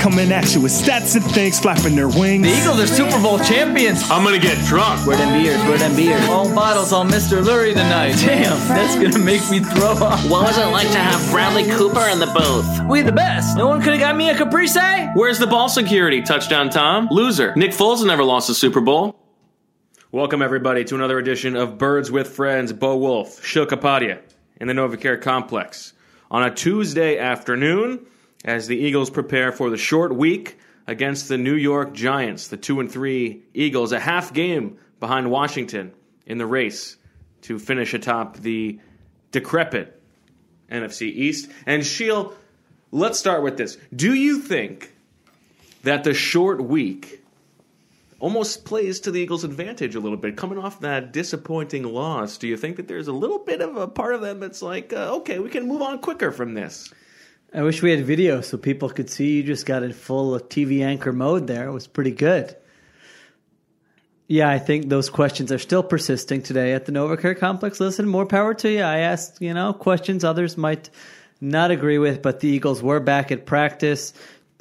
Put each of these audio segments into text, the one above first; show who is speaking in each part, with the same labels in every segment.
Speaker 1: coming at you with stats and things flapping their wings.
Speaker 2: The Eagles are Super Bowl champions.
Speaker 3: I'm gonna get drunk.
Speaker 4: Where them beers? Where them beers?
Speaker 2: All bottles on Mr. Lurie tonight. Damn, that's gonna make me throw up.
Speaker 5: What was it like to have Bradley Cooper in the booth?
Speaker 2: We the best. No one could have got me a Caprese.
Speaker 3: Where's the ball security? Touchdown Tom? Loser. Nick Foles never lost a Super Bowl. Welcome everybody to another edition of Birds with Friends, Bo Wolf, Shil Kapadia, in the Novacare Complex. On a Tuesday afternoon, as the Eagles prepare for the short week against the New York Giants, the two and three Eagles, a half game behind Washington in the race to finish atop the decrepit NFC East. And Sheil, let's start with this. Do you think that the short week almost plays to the Eagles' advantage a little bit, coming off that disappointing loss? Do you think that there's a little bit of a part of them that's like, uh, okay, we can move on quicker from this?
Speaker 4: I wish we had video so people could see. You just got it full of TV anchor mode there. It was pretty good. Yeah, I think those questions are still persisting today at the Novacare Complex. Listen, more power to you. I asked, you know, questions others might not agree with, but the Eagles were back at practice.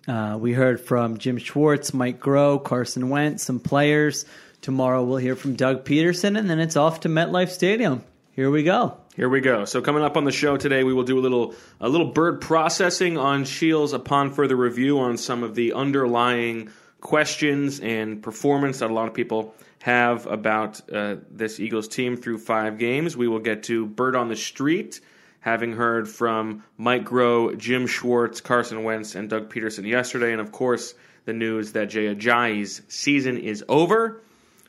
Speaker 4: Uh, we heard from Jim Schwartz, Mike Groh, Carson Wentz, some players. Tomorrow we'll hear from Doug Peterson, and then it's off to MetLife Stadium. Here we go.
Speaker 3: Here we go. So coming up on the show today, we will do a little a little bird processing on Shields upon further review on some of the underlying questions and performance that a lot of people have about uh, this Eagles team through five games. We will get to Bird on the Street, having heard from Mike Groh, Jim Schwartz, Carson Wentz, and Doug Peterson yesterday, and of course the news that Jay Ajayi's season is over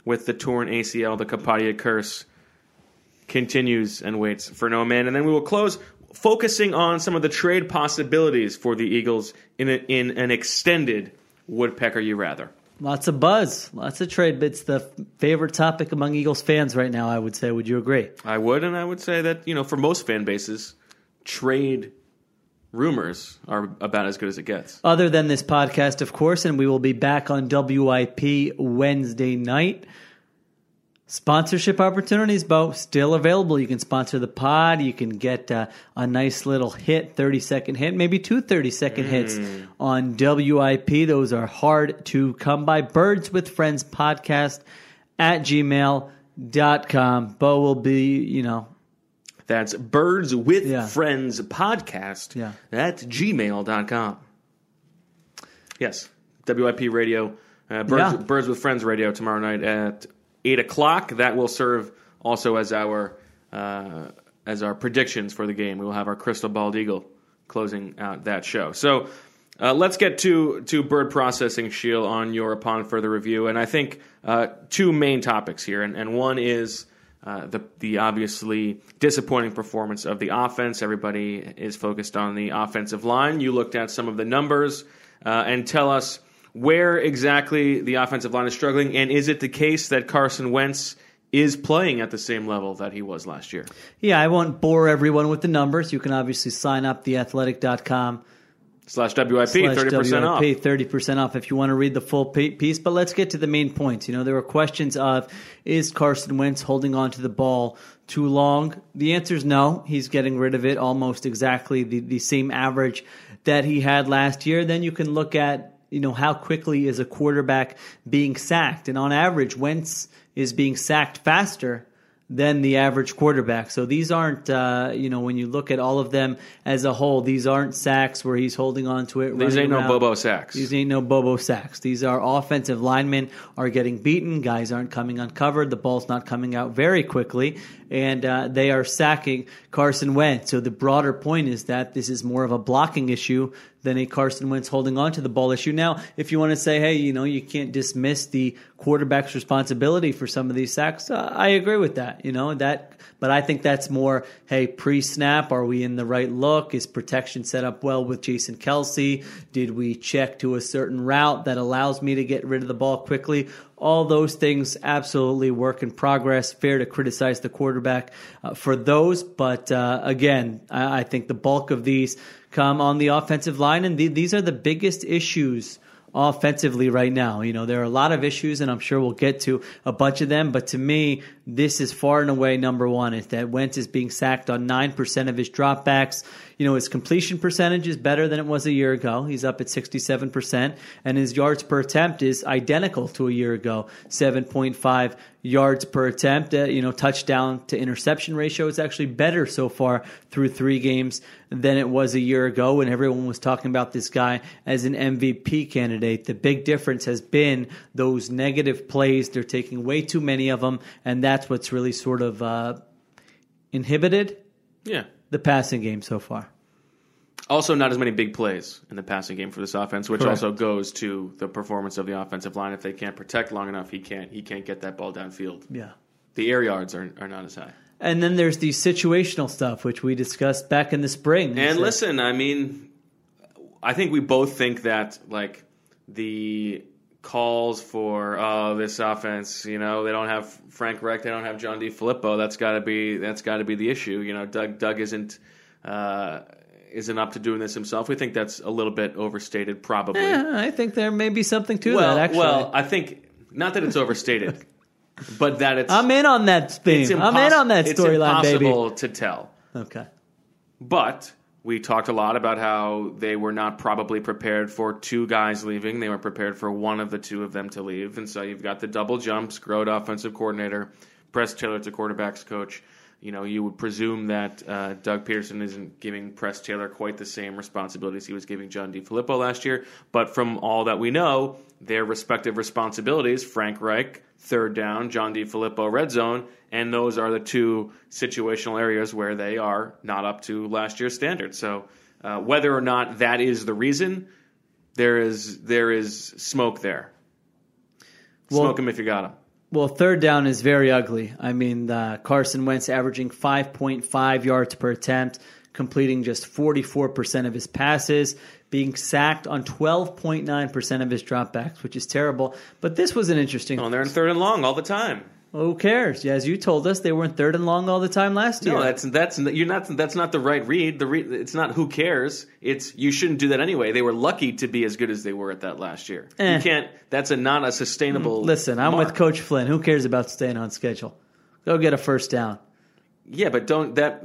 Speaker 3: with the torn ACL, the Kapadia curse continues and waits for no man. And then we will close focusing on some of the trade possibilities for the Eagles in, a, in an extended Woodpecker You Rather.
Speaker 4: Lots of buzz, lots of trade bits. The favorite topic among Eagles fans right now, I would say. Would you agree?
Speaker 3: I would, and I would say that, you know, for most fan bases, trade rumors are about as good as it gets.
Speaker 4: Other than this podcast, of course, and we will be back on WIP Wednesday night. Sponsorship opportunities, Bo, still available. You can sponsor the pod. You can get uh, a nice little hit, 30 second hit, maybe two 30 second hits on WIP. Those are hard to come by. Birds with Friends podcast at gmail.com. Bo will be, you know,
Speaker 3: That's Birds with
Speaker 4: Yeah.
Speaker 3: Friends podcast
Speaker 4: Yeah.
Speaker 3: at gmail.com. Yes, WIP radio, uh, Birds,
Speaker 4: Yeah.
Speaker 3: Birds with Friends radio tomorrow night at 8 o'clock. That will serve also as our, uh, as our predictions for the game. We will have our Crystal Bald Eagle closing out that show. So uh, let's get to, to bird processing, Shield, on your upon further review. And I think uh, two main topics here, and, and one is uh, the the obviously disappointing performance of the offense. Everybody is focused on the offensive line. You looked at some of the numbers uh, and tell us where exactly the offensive line is struggling, and is it the case that Carson Wentz is playing at the same level that he was last year?
Speaker 4: yeah, I won't bore everyone with the numbers. You can obviously sign up theathletic.com
Speaker 3: Slash WIP,
Speaker 4: slash
Speaker 3: thirty percent off.
Speaker 4: WIP, 30% off if you want to read the full pe- piece. But let's get to the main points. You know, there were questions of is Carson Wentz holding on to the ball too long? The answer is no. He's getting rid of it almost exactly the, the same average that he had last year. Then you can look at, you know, how quickly is a quarterback being sacked? And on average, Wentz is being sacked faster than the average quarterback. So these aren't, uh, you know, when you look at all of them as a whole, these aren't sacks where he's holding on to it.
Speaker 3: These
Speaker 4: running
Speaker 3: ain't no
Speaker 4: around.
Speaker 3: Bobo sacks.
Speaker 4: These ain't no Bobo sacks. These are offensive linemen are getting beaten. Guys aren't coming uncovered. The ball's not coming out very quickly. and uh, they are sacking Carson Wentz. So the broader point is that this is more of a blocking issue than a Carson Wentz holding on to the ball issue. Now, if you want to say, hey, you know, you can't dismiss the quarterback's responsibility for some of these sacks, uh, I agree with that. You know that, but I think that's more, hey, pre-snap, are we in the right look? Is protection set up well with Jason Kelsey? Did we check to a certain route that allows me to get rid of the ball quickly? All those things absolutely work in progress. Fair to criticize the quarterback uh, for those, but uh, again, I, I think the bulk of these come on the offensive line, and the, these are the biggest issues offensively right now. You know, there are a lot of issues, and I'm sure we'll get to a bunch of them. But to me, this is far and away number one is that Wentz is being sacked on 9% of his dropbacks. You know, his completion percentage is better than it was a year ago. He's up at 67%, and his yards per attempt is identical to a year ago 7.5 yards per attempt. Uh, you know, touchdown to interception ratio is actually better so far through three games than it was a year ago when everyone was talking about this guy as an MVP candidate. The big difference has been those negative plays. They're taking way too many of them, and that's what's really sort of uh, inhibited
Speaker 3: Yeah.
Speaker 4: the passing game so far.
Speaker 3: Also, not as many big plays in the passing game for this offense, which
Speaker 4: Correct.
Speaker 3: also goes to the performance of the offensive line. If they can't protect long enough, he can't he can't get that ball downfield.
Speaker 4: Yeah.
Speaker 3: The air yards are, are not as high.
Speaker 4: And then there's the situational stuff, which we discussed back in the spring.
Speaker 3: And
Speaker 4: So-
Speaker 3: listen, I mean, I think we both think that like the calls for oh this offense, you know, they don't have Frank Reich, they don't have John D. Filippo. That's got to be that's got to be the issue. You know, Doug Doug isn't uh, isn't up to doing this himself. We think that's a little bit overstated, probably.
Speaker 4: Yeah, Eh, I think there may be something to
Speaker 3: well,
Speaker 4: that, actually.
Speaker 3: well, I think not that it's overstated, but that it's
Speaker 4: I'm in on that
Speaker 3: it's
Speaker 4: theme. I'm in
Speaker 3: impos-
Speaker 4: on that
Speaker 3: it's
Speaker 4: storyline, baby.
Speaker 3: impossible to tell.
Speaker 4: Okay.
Speaker 3: But we talked a lot about how they were not probably prepared for two guys leaving. They were prepared for one of the two of them to leave. And so you've got the double jump, Scrode offensive coordinator, Press Taylor to quarterbacks coach. You know, you would presume that uh, Doug Peterson isn't giving Press Taylor quite the same responsibilities he was giving John D. Filippo last year. But from all that we know, their respective responsibilities, Frank Reich, third down, John D. Filippo, red zone, and those are the two situational areas where they are not up to last year's standard. So uh, whether or not that is the reason, there is there is smoke there.
Speaker 4: Well-
Speaker 3: Smoke 'em if you got 'em.
Speaker 4: Well, third down is very ugly. I mean, uh, Carson Wentz averaging 5.5 yards per attempt, completing just 44% of his passes, being sacked on 12.9% of his dropbacks, which is terrible. But this was an interesting.
Speaker 3: Oh, and they're in third and long all the time.
Speaker 4: Who cares? As you told us, they were in third and long all the time last year.
Speaker 3: No, that's that's you're not that's not the right read. The re- it's not who cares. It's you shouldn't do that anyway. They were lucky to be as good as they were at that last year.
Speaker 4: Eh.
Speaker 3: You can't. That's a not a sustainable.
Speaker 4: Listen, I'm
Speaker 3: mark.
Speaker 4: with Coach Flynn. Who cares about staying on schedule? Go get a first down.
Speaker 3: Yeah, but don't that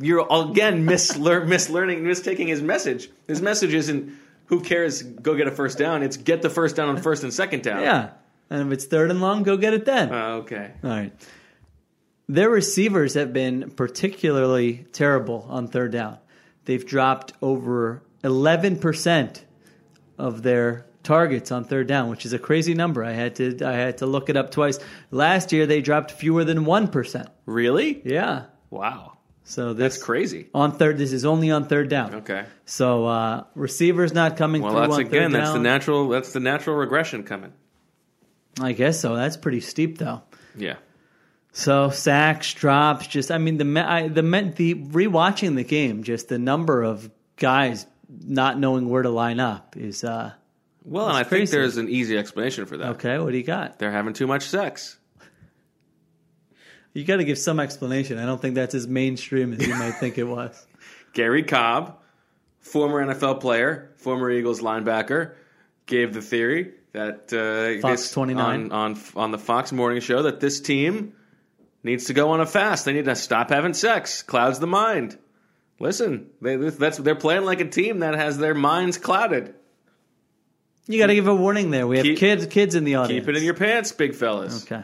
Speaker 3: you're again mislear, mislearning, mistaking his message. His message isn't who cares, go get a first down. It's get the first down on first and second down.
Speaker 4: Yeah. And if it's third and long, go get it then.
Speaker 3: Uh, okay.
Speaker 4: All right. Their receivers have been particularly terrible on third down. They've dropped over 11% of their targets on third down, which is a crazy number. I had to I had to look it up twice. Last year they dropped fewer than 1%.
Speaker 3: Really?
Speaker 4: Yeah.
Speaker 3: Wow.
Speaker 4: So this
Speaker 3: That's crazy.
Speaker 4: on third this is only on third down.
Speaker 3: Okay.
Speaker 4: So uh receivers not coming
Speaker 3: Well,
Speaker 4: through
Speaker 3: that's
Speaker 4: on
Speaker 3: again.
Speaker 4: third
Speaker 3: That's the
Speaker 4: down.
Speaker 3: natural. That's the natural regression coming.
Speaker 4: I guess so. That's pretty steep though.
Speaker 3: Yeah.
Speaker 4: So sacks, drops, just I mean the me- I, the me- the rewatching the game, just the number of guys not knowing where to line up is uh
Speaker 3: Well, and I
Speaker 4: That's
Speaker 3: think
Speaker 4: crazy.
Speaker 3: there's an easy explanation for that.
Speaker 4: okay. What do you got?
Speaker 3: They're having too much sex.
Speaker 4: You got to give some explanation. I don't think that's as mainstream as you might think it was.
Speaker 3: Gary Cobb, former NFL player, former Eagles linebacker, gave the theory that uh,
Speaker 4: Fox 29.
Speaker 3: on, on on the Fox Morning Show that this team needs to go on a fast. They need to stop having sex. Clouds the mind. Listen, they, that's they're playing like a team that has their minds clouded.
Speaker 4: You got to give a warning there. We have
Speaker 3: Keep-
Speaker 4: kids kids in the audience.
Speaker 3: Keep it in your pants, big fellas.
Speaker 4: okay.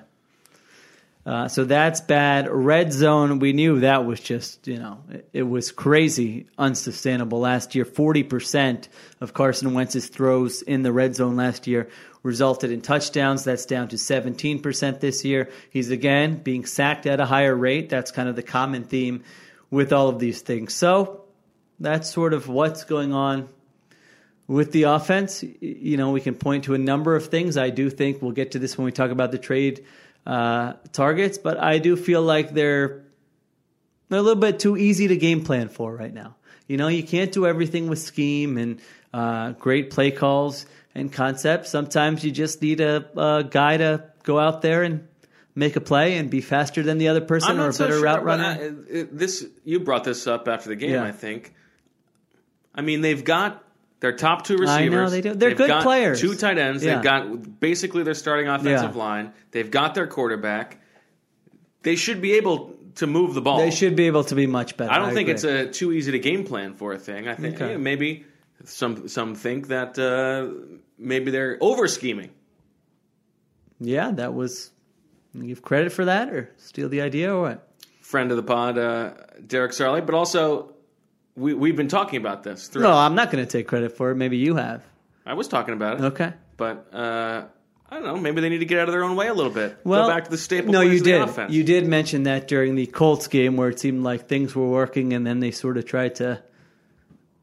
Speaker 4: Uh, so that's bad. Red zone, we knew that was just, you know, it, it was crazy unsustainable last year. 40% of Carson Wentz's throws in the red zone last year resulted in touchdowns. That's down to 17% this year. He's again being sacked at a higher rate. That's kind of the common theme with all of these things. So that's sort of what's going on with the offense, y- you know, we can point to a number of things. I do think we'll get to this when we talk about the trade uh, targets, but I do feel like they're they're a little bit too easy to game plan for right now. You know, you can't do everything with scheme and uh, great play calls and concepts. Sometimes you just need a, a guy to go out there and make a play and be faster than the other person or a better route
Speaker 3: but
Speaker 4: runner.
Speaker 3: I- it- this you brought this up after the game,
Speaker 4: Yeah.
Speaker 3: I think. I mean, they've got their top two receivers.
Speaker 4: I know, they do. They're
Speaker 3: They've
Speaker 4: good
Speaker 3: got
Speaker 4: players.
Speaker 3: Two tight ends.
Speaker 4: Yeah.
Speaker 3: They've got basically their starting offensive
Speaker 4: Yeah.
Speaker 3: line. They've got their quarterback. They should be able to move the ball.
Speaker 4: they should be able to be much better.
Speaker 3: I don't think
Speaker 4: agree.
Speaker 3: it's a too easy to game plan for a thing. I think
Speaker 4: Okay.
Speaker 3: yeah, maybe some some think that uh, maybe they're over scheming.
Speaker 4: yeah. That was give credit for that or steal the idea or what?
Speaker 3: Friend of the pod, uh, Derek Sarley, but also we we've been talking about this. Through,
Speaker 4: No, I'm not going to take credit for it. Maybe you have.
Speaker 3: I was talking about it.
Speaker 4: Okay.
Speaker 3: But uh, I don't know. Maybe they need to get out of their own way a little bit.
Speaker 4: Well,
Speaker 3: Go back to the staple
Speaker 4: No,
Speaker 3: plays
Speaker 4: you
Speaker 3: of
Speaker 4: did.
Speaker 3: the offense.
Speaker 4: You did mention that during the Colts game where it seemed like things were working, and then they sort of tried to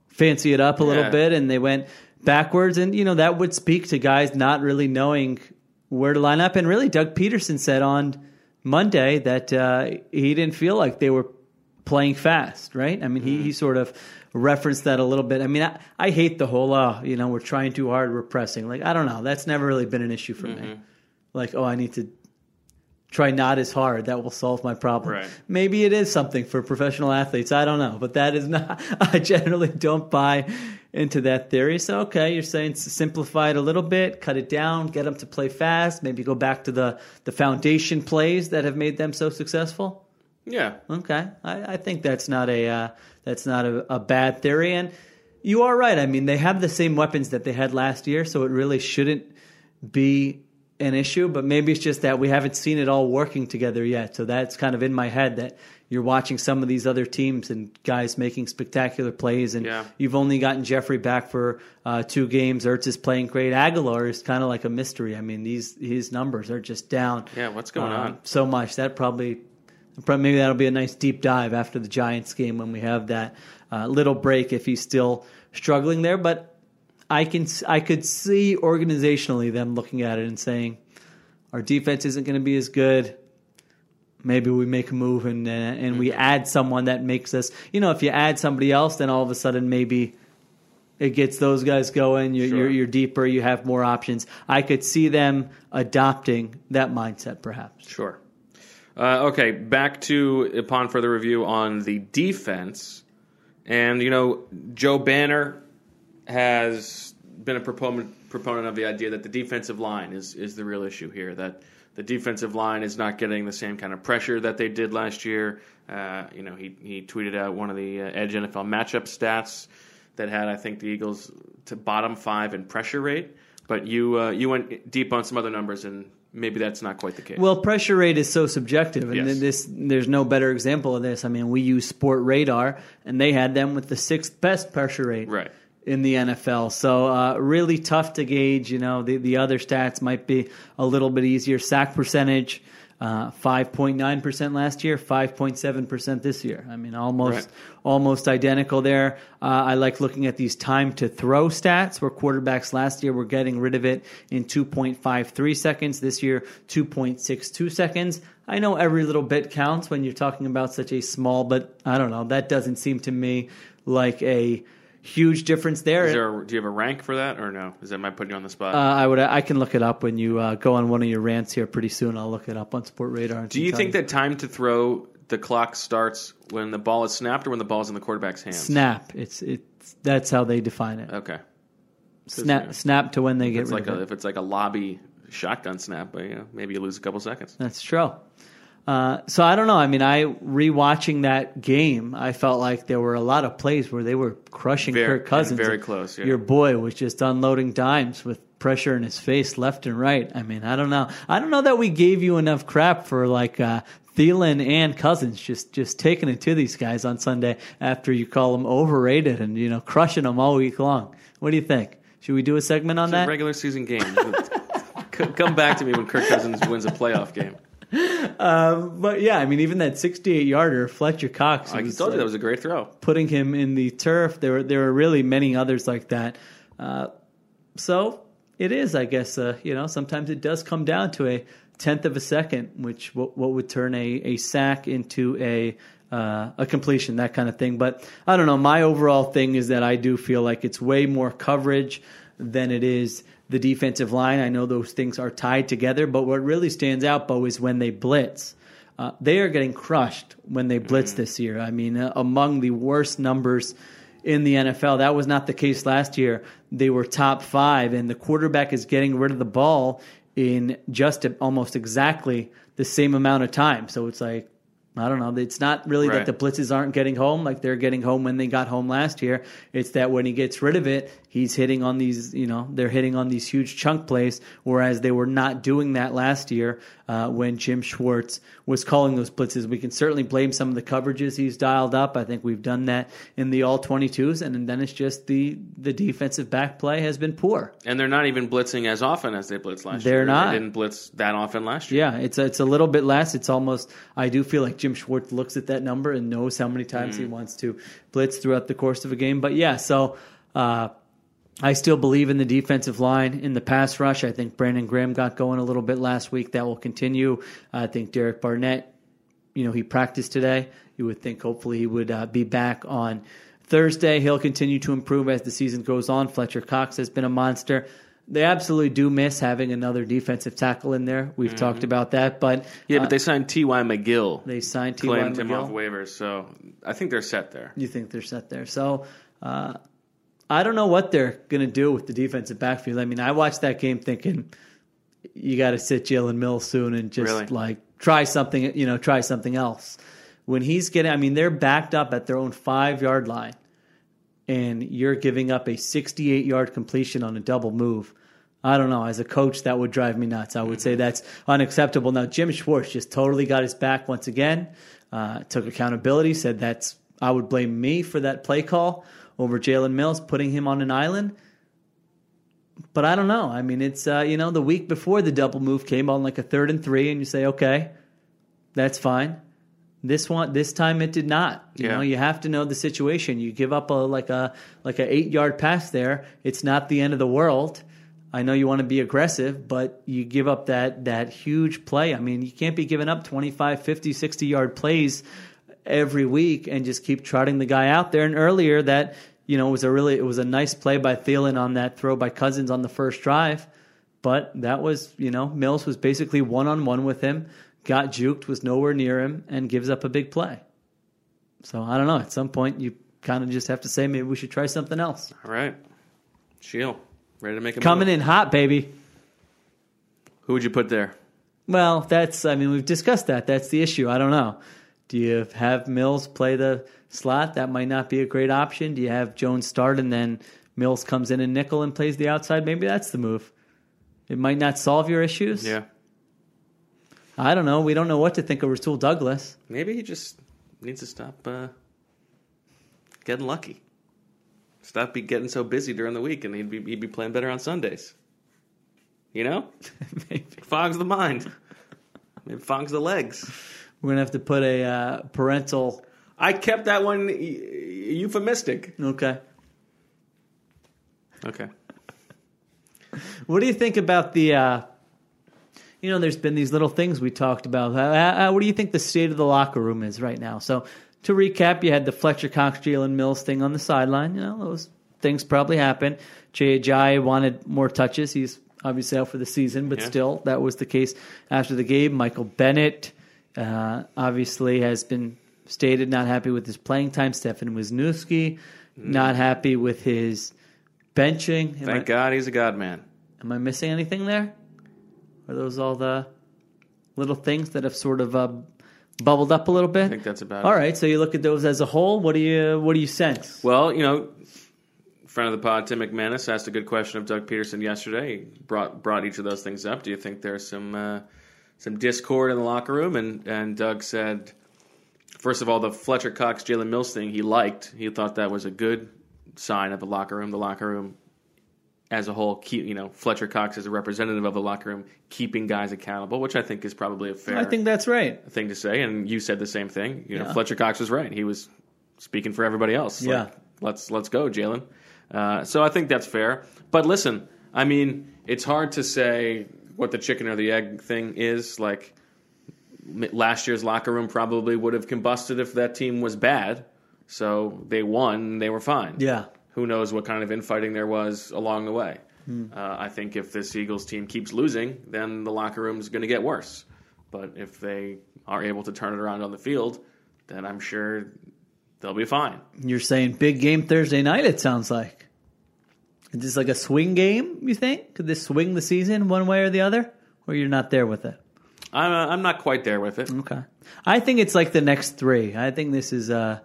Speaker 4: fancy it up a little
Speaker 3: Yeah.
Speaker 4: bit, and they went backwards, and you know that would speak to guys not really knowing where to line up, and really Doug Peterson said on Monday that uh, he didn't feel like they were playing fast, right? I mean, he, he sort of referenced that a little bit. I mean, I, I hate the whole, oh, you know, we're trying too hard, we're pressing. Like, I don't know. That's never really been an issue for me. Like, oh, I need to try not as hard. That will solve my problem.
Speaker 3: Right.
Speaker 4: Maybe it is something for professional athletes. I don't know. But that is not, I generally don't buy into that theory. So, okay, you're saying s- simplify it a little bit, cut it down, get them to play fast, maybe go back to the, the foundation plays that have made them so successful.
Speaker 3: Yeah.
Speaker 4: Okay, I, I think that's not a uh, that's not a, a bad theory, and you are right. I mean, they have the same weapons that they had last year, so it really shouldn't be an issue. But maybe it's just that we haven't seen it all working together yet. So that's kind of in my head that you're watching some of these other teams and guys making spectacular plays, and
Speaker 3: Yeah.
Speaker 4: you've only gotten Jeffrey back for uh, two games. Ertz is playing great. Aguilar is kind of like a mystery. I mean, these his numbers are just down.
Speaker 3: Yeah, what's going
Speaker 4: um,
Speaker 3: on?
Speaker 4: So much that probably Probably- Maybe that'll be a nice deep dive after the Giants game when we have that uh, little break if he's still struggling there. But I can I could see organizationally them looking at it and saying our defense isn't going to be as good. Maybe we make a move and uh, and we
Speaker 3: Mm-hmm.
Speaker 4: add someone that makes us. You know, if you add somebody else, then all of a sudden maybe it gets those guys going. You're,
Speaker 3: Sure.
Speaker 4: you're, you're deeper. You have more options. I could see them adopting that mindset, perhaps.
Speaker 3: Sure. Uh, okay, back to upon further review on the defense, and you know Joe Banner has been a proponent proponent of the idea that the defensive line is is the real issue here. That the defensive line is not getting the same kind of pressure that they did last year. Uh, you know, he he tweeted out one of the uh, Edge NFL matchup stats that had I think the Eagles to bottom five in pressure rate. But you uh, you went deep on some other numbers, and maybe that's not quite the case.
Speaker 4: Well, pressure rate is so subjective, and
Speaker 3: Yes.
Speaker 4: this there's no better example of this. I mean, we use Sport Radar, and they had them with the sixth best pressure rate
Speaker 3: Right.
Speaker 4: in the NFL. So uh, really tough to gauge. You know, the the other stats might be a little bit easier. Sack percentage. Uh, 5.9% last year, 5.7% this year. I mean, almost
Speaker 3: Right.
Speaker 4: almost identical there. Uh, I like looking at these time to throw stats where quarterbacks last year were getting rid of it in 2.53 seconds. This year, 2.62 seconds. I know every little bit counts when you're talking about such a small, but I don't know. That doesn't seem to me like a huge difference there.
Speaker 3: Is there a, do you have a rank for that or no? Is that my putting you on the spot?
Speaker 4: uh, I would I can look it up when you uh, go on one of your rants here pretty soon. I'll look it up on Sport Radar.
Speaker 3: do you think that time to throw the clock starts when the ball is snapped or when the ball's in the quarterback's hands?
Speaker 4: snap? It's it's that's how they define it.
Speaker 3: Okay,
Speaker 4: snap snap to when they get
Speaker 3: it's like
Speaker 4: rid of it.
Speaker 3: a, if it's like a lobby shotgun snap, but you know, maybe you lose a couple seconds.
Speaker 4: That's true. Uh, so I don't know. I mean, I rewatching that game, I felt like there were a lot of plays where they were crushing
Speaker 3: Very-
Speaker 4: Kirk Cousins.
Speaker 3: and very close, yeah.
Speaker 4: Your boy was just unloading dimes with pressure in his face, left and right. I mean, I don't know. I don't know that we gave you enough crap for like uh, Thielen and Cousins just just taking it to these guys on Sunday after you call them overrated and you know crushing them all week long. What do you think? Should we do a segment on
Speaker 3: It's a
Speaker 4: that?
Speaker 3: regular season game. C- Come back to me when Kirk Cousins wins a playoff game.
Speaker 4: but yeah, I mean, even that 68 yarder, Fletcher Cox.
Speaker 3: I
Speaker 4: was,
Speaker 3: told you
Speaker 4: like,
Speaker 3: that was a great throw.
Speaker 4: putting him in the turf. There were there were really many others like that. Uh, so it is, I guess, uh, you know, sometimes it does come down to a tenth of a second, which what, what would turn a, a sack into a uh, a completion, that kind of thing. But I don't know. My overall thing is that I do feel like it's way more coverage than it is the defensive line. I know those things are tied together, but what really stands out, Bo, is when they blitz. Uh, they are getting crushed when they blitz this year. I mean, uh, among the worst numbers in the NFL. That was not the case last year. They were top five, and the quarterback is getting rid of the ball in just a, almost exactly the same amount of time. So it's like, I don't know. It's not really
Speaker 3: Right.
Speaker 4: that the blitzes aren't getting home like they're getting home when they got home last year. It's that when he gets rid of it, he's hitting on these, you know, they're hitting on these huge chunk plays, whereas they were not doing that last year uh, when Jim Schwartz was calling those blitzes. We can certainly blame some of the coverages he's dialed up. I think we've done that in the all 22s, and then it's just the, the defensive back play has been poor.
Speaker 3: And they're not even blitzing as often as they blitzed last
Speaker 4: They're
Speaker 3: year.
Speaker 4: not.
Speaker 3: They didn't blitz that often last year.
Speaker 4: Yeah, it's a, it's a little bit less. It's almost I do feel like Jim Schwartz looks at that number and knows how many times
Speaker 3: Mm-hmm.
Speaker 4: he wants to blitz throughout the course of a game. But yeah, so uh, I still believe in the defensive line in the pass rush. I think Brandon Graham got going a little bit last week. That will continue. I think Derek Barnett you know he practiced today. You would think hopefully he would uh, be back on Thursday. He'll continue to improve as the season goes on. Fletcher Cox has been a monster. They absolutely do miss having another defensive tackle in there. We've talked about that, but
Speaker 3: Mm-hmm. Yeah,
Speaker 4: uh,
Speaker 3: but they signed T.Y. McGill.
Speaker 4: they signed T.Y.
Speaker 3: claimed him off
Speaker 4: McGill.
Speaker 3: waivers, so I think they're set there.
Speaker 4: You think they're set there? So uh, I don't know what they're going to do with the defensive backfield. I mean, I watched that game thinking you got to sit Jalen Mills soon and just
Speaker 3: Really?
Speaker 4: like try something, you know, try something else. When he's getting, I mean, they're backed up at their own five yard line, and you're giving up a 68 yard completion on a double move. I don't know. As a coach, that would drive me nuts. I would say that's unacceptable. Now, Jim Schwartz just totally got his back once again, uh, took accountability, said that's, I would blame me for that play call over Jalen Mills, putting him on an island but I don't know. I mean, it's uh, you know the week before the double move came on like a third and three, and you say, okay, that's fine. This one, this time it did not. You
Speaker 3: Yeah.
Speaker 4: know, you have to know the situation. You give up a like a like a eight yard pass there. It's not the end of the world. I know you want to be aggressive, but you give up that that huge play. I mean, you can't be giving up 25, 50, 60 yard plays every week and just keep trotting the guy out there. And earlier that, you know, was a really it was a nice play by Thielen on that throw by Cousins on the first drive. But that was, you know, Mills was basically one on one with him, got juked, was nowhere near him, and gives up a big play. So I don't know. At some point you kind of just have to say maybe we should try something else.
Speaker 3: All right. Shield. Ready to make a
Speaker 4: Coming
Speaker 3: move.
Speaker 4: in hot, baby.
Speaker 3: Who would you put there?
Speaker 4: Well, that's I mean we've discussed that. That's the issue. I don't know. Do you have Mills play the slot? That might not be a great option. Do you have Jones start and then Mills comes in and nickel and plays the outside? Maybe that's the move. It might not solve your issues.
Speaker 3: Yeah.
Speaker 4: I don't know. We don't know what to think of Rasul Douglas.
Speaker 3: Maybe he just needs to stop uh, getting lucky. Stop be getting so busy during the week, and he'd be, he'd be playing better on Sundays. You know?
Speaker 4: Maybe
Speaker 3: Fogs the mind. Maybe fogs the legs.
Speaker 4: we're gonna have to put a uh, parental.
Speaker 3: I kept that one e- e- euphemistic.
Speaker 4: Okay.
Speaker 3: Okay.
Speaker 4: What do you think about the? Uh, you know, there's been these little things we talked about. Uh, uh, what do you think the state of the locker room is right now? So, to recap, you had the Fletcher Cox, Jalen Mills thing on the sideline. You know, those things probably happen. Jay Ajayi wanted more touches. He's obviously out for the season, but
Speaker 3: Yeah.
Speaker 4: still, that was the case after the game. Michael Bennett uh, obviously has been stated not happy with his playing time. Stefan
Speaker 3: Mm.
Speaker 4: Wisniewski not happy with his benching. Am I-
Speaker 3: Thank God he's a God man.
Speaker 4: Am I missing anything there? Are those all the little things that have sort of uh, bubbled up a little bit. I
Speaker 3: think that's about
Speaker 4: All
Speaker 3: it.
Speaker 4: right, so you look at those as a whole. What do you what do you sense?
Speaker 3: Well, you know, friend of the pod, Tim McManus, asked a good question of Doug Peterson yesterday. He brought brought each of those things up. Do you think there's some uh, some discord in the locker room? And and Doug said, first of all, the Fletcher Cox Jalen Mills thing he liked. He thought that was a good sign of the locker room. The locker room as a whole, keep you know Fletcher Cox is a representative of the locker room, keeping guys accountable, which I think is probably a fair
Speaker 4: I think that's right.
Speaker 3: thing to say, and you said the same thing. You know,
Speaker 4: Yeah.
Speaker 3: Fletcher Cox was right. He was speaking for everybody else. Like,
Speaker 4: Yeah.
Speaker 3: let's let's go, Jalen. Uh, so I think that's fair. But listen, I mean, it's hard to say what the chicken or the egg thing is. Like m- last year's locker room probably would have combusted if that team was bad. So they won, they were fine.
Speaker 4: Yeah.
Speaker 3: Who knows what kind of infighting there was along the way?
Speaker 4: Hmm.
Speaker 3: Uh, I think if this Eagles team keeps losing, then the locker room's going to get worse. But if they are able to turn it around on the field, then I'm sure they'll be fine.
Speaker 4: You're saying big game Thursday night. It sounds like. Is this like a swing game? You think could this swing the season one way or the other, or you're not there with it?
Speaker 3: I'm, uh, I'm not quite there with it.
Speaker 4: Okay, I think it's like the next three. I think this is uh,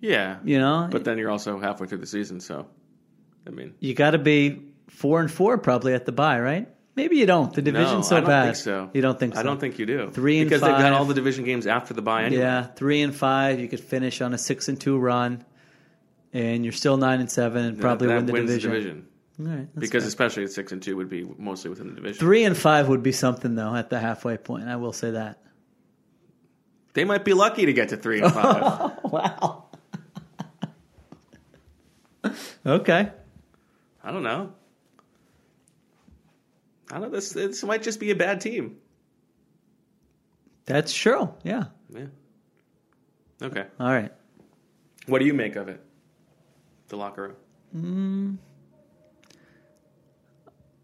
Speaker 3: Yeah.
Speaker 4: you know,
Speaker 3: But then you're also halfway through the season, so I mean,
Speaker 4: you got to be four and four probably at the bye, right? Maybe you don't. The division's
Speaker 3: no,
Speaker 4: so
Speaker 3: I don't
Speaker 4: bad.
Speaker 3: think so.
Speaker 4: You don't think so?
Speaker 3: I don't think you do.
Speaker 4: Three and
Speaker 3: because they've got
Speaker 4: five.
Speaker 3: all the division games after the bye anyway.
Speaker 4: Yeah, three and five. You could finish on a six and two run, and you're still nine and seven, and probably
Speaker 3: that
Speaker 4: win the
Speaker 3: wins
Speaker 4: division.
Speaker 3: the division.
Speaker 4: All right, that's
Speaker 3: because
Speaker 4: fair.
Speaker 3: especially at six and two would be mostly within the division.
Speaker 4: three and five would be something though at the halfway point. I will say that.
Speaker 3: They might be lucky to get to three and five.
Speaker 4: Wow. okay.
Speaker 3: I don't know. I don't. This this might just be a bad team.
Speaker 4: That's true. Yeah.
Speaker 3: Yeah. Okay.
Speaker 4: All right.
Speaker 3: What do you make of it? The locker room.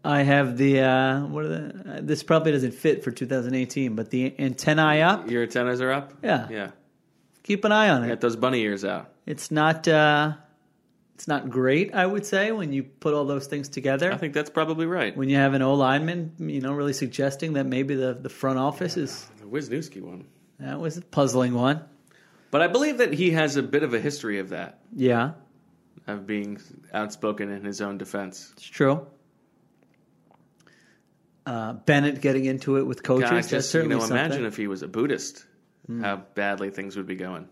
Speaker 4: I have the uh, what are the, uh, this probably doesn't fit for 2018, but the antennae up.
Speaker 3: Your antennas are up.
Speaker 4: Yeah.
Speaker 3: Yeah.
Speaker 4: Keep an eye on it.
Speaker 3: Get those bunny ears out.
Speaker 4: It's not uh, it's not great, I would say, when you put all those things together.
Speaker 3: I think that's probably right.
Speaker 4: when you have an O lineman, you know, really suggesting that maybe the, the front office is
Speaker 3: The Wisniewski one.
Speaker 4: that was a puzzling one.
Speaker 3: But I believe that he has a bit of a history of that,
Speaker 4: Yeah,
Speaker 3: of being outspoken in his own defense.
Speaker 4: it's true. Uh, Bennett getting into it with coaches.
Speaker 3: God,
Speaker 4: that's
Speaker 3: just you
Speaker 4: certainly
Speaker 3: know,
Speaker 4: something. Hmm.
Speaker 3: imagine if he was a Buddhist, how badly things would be going.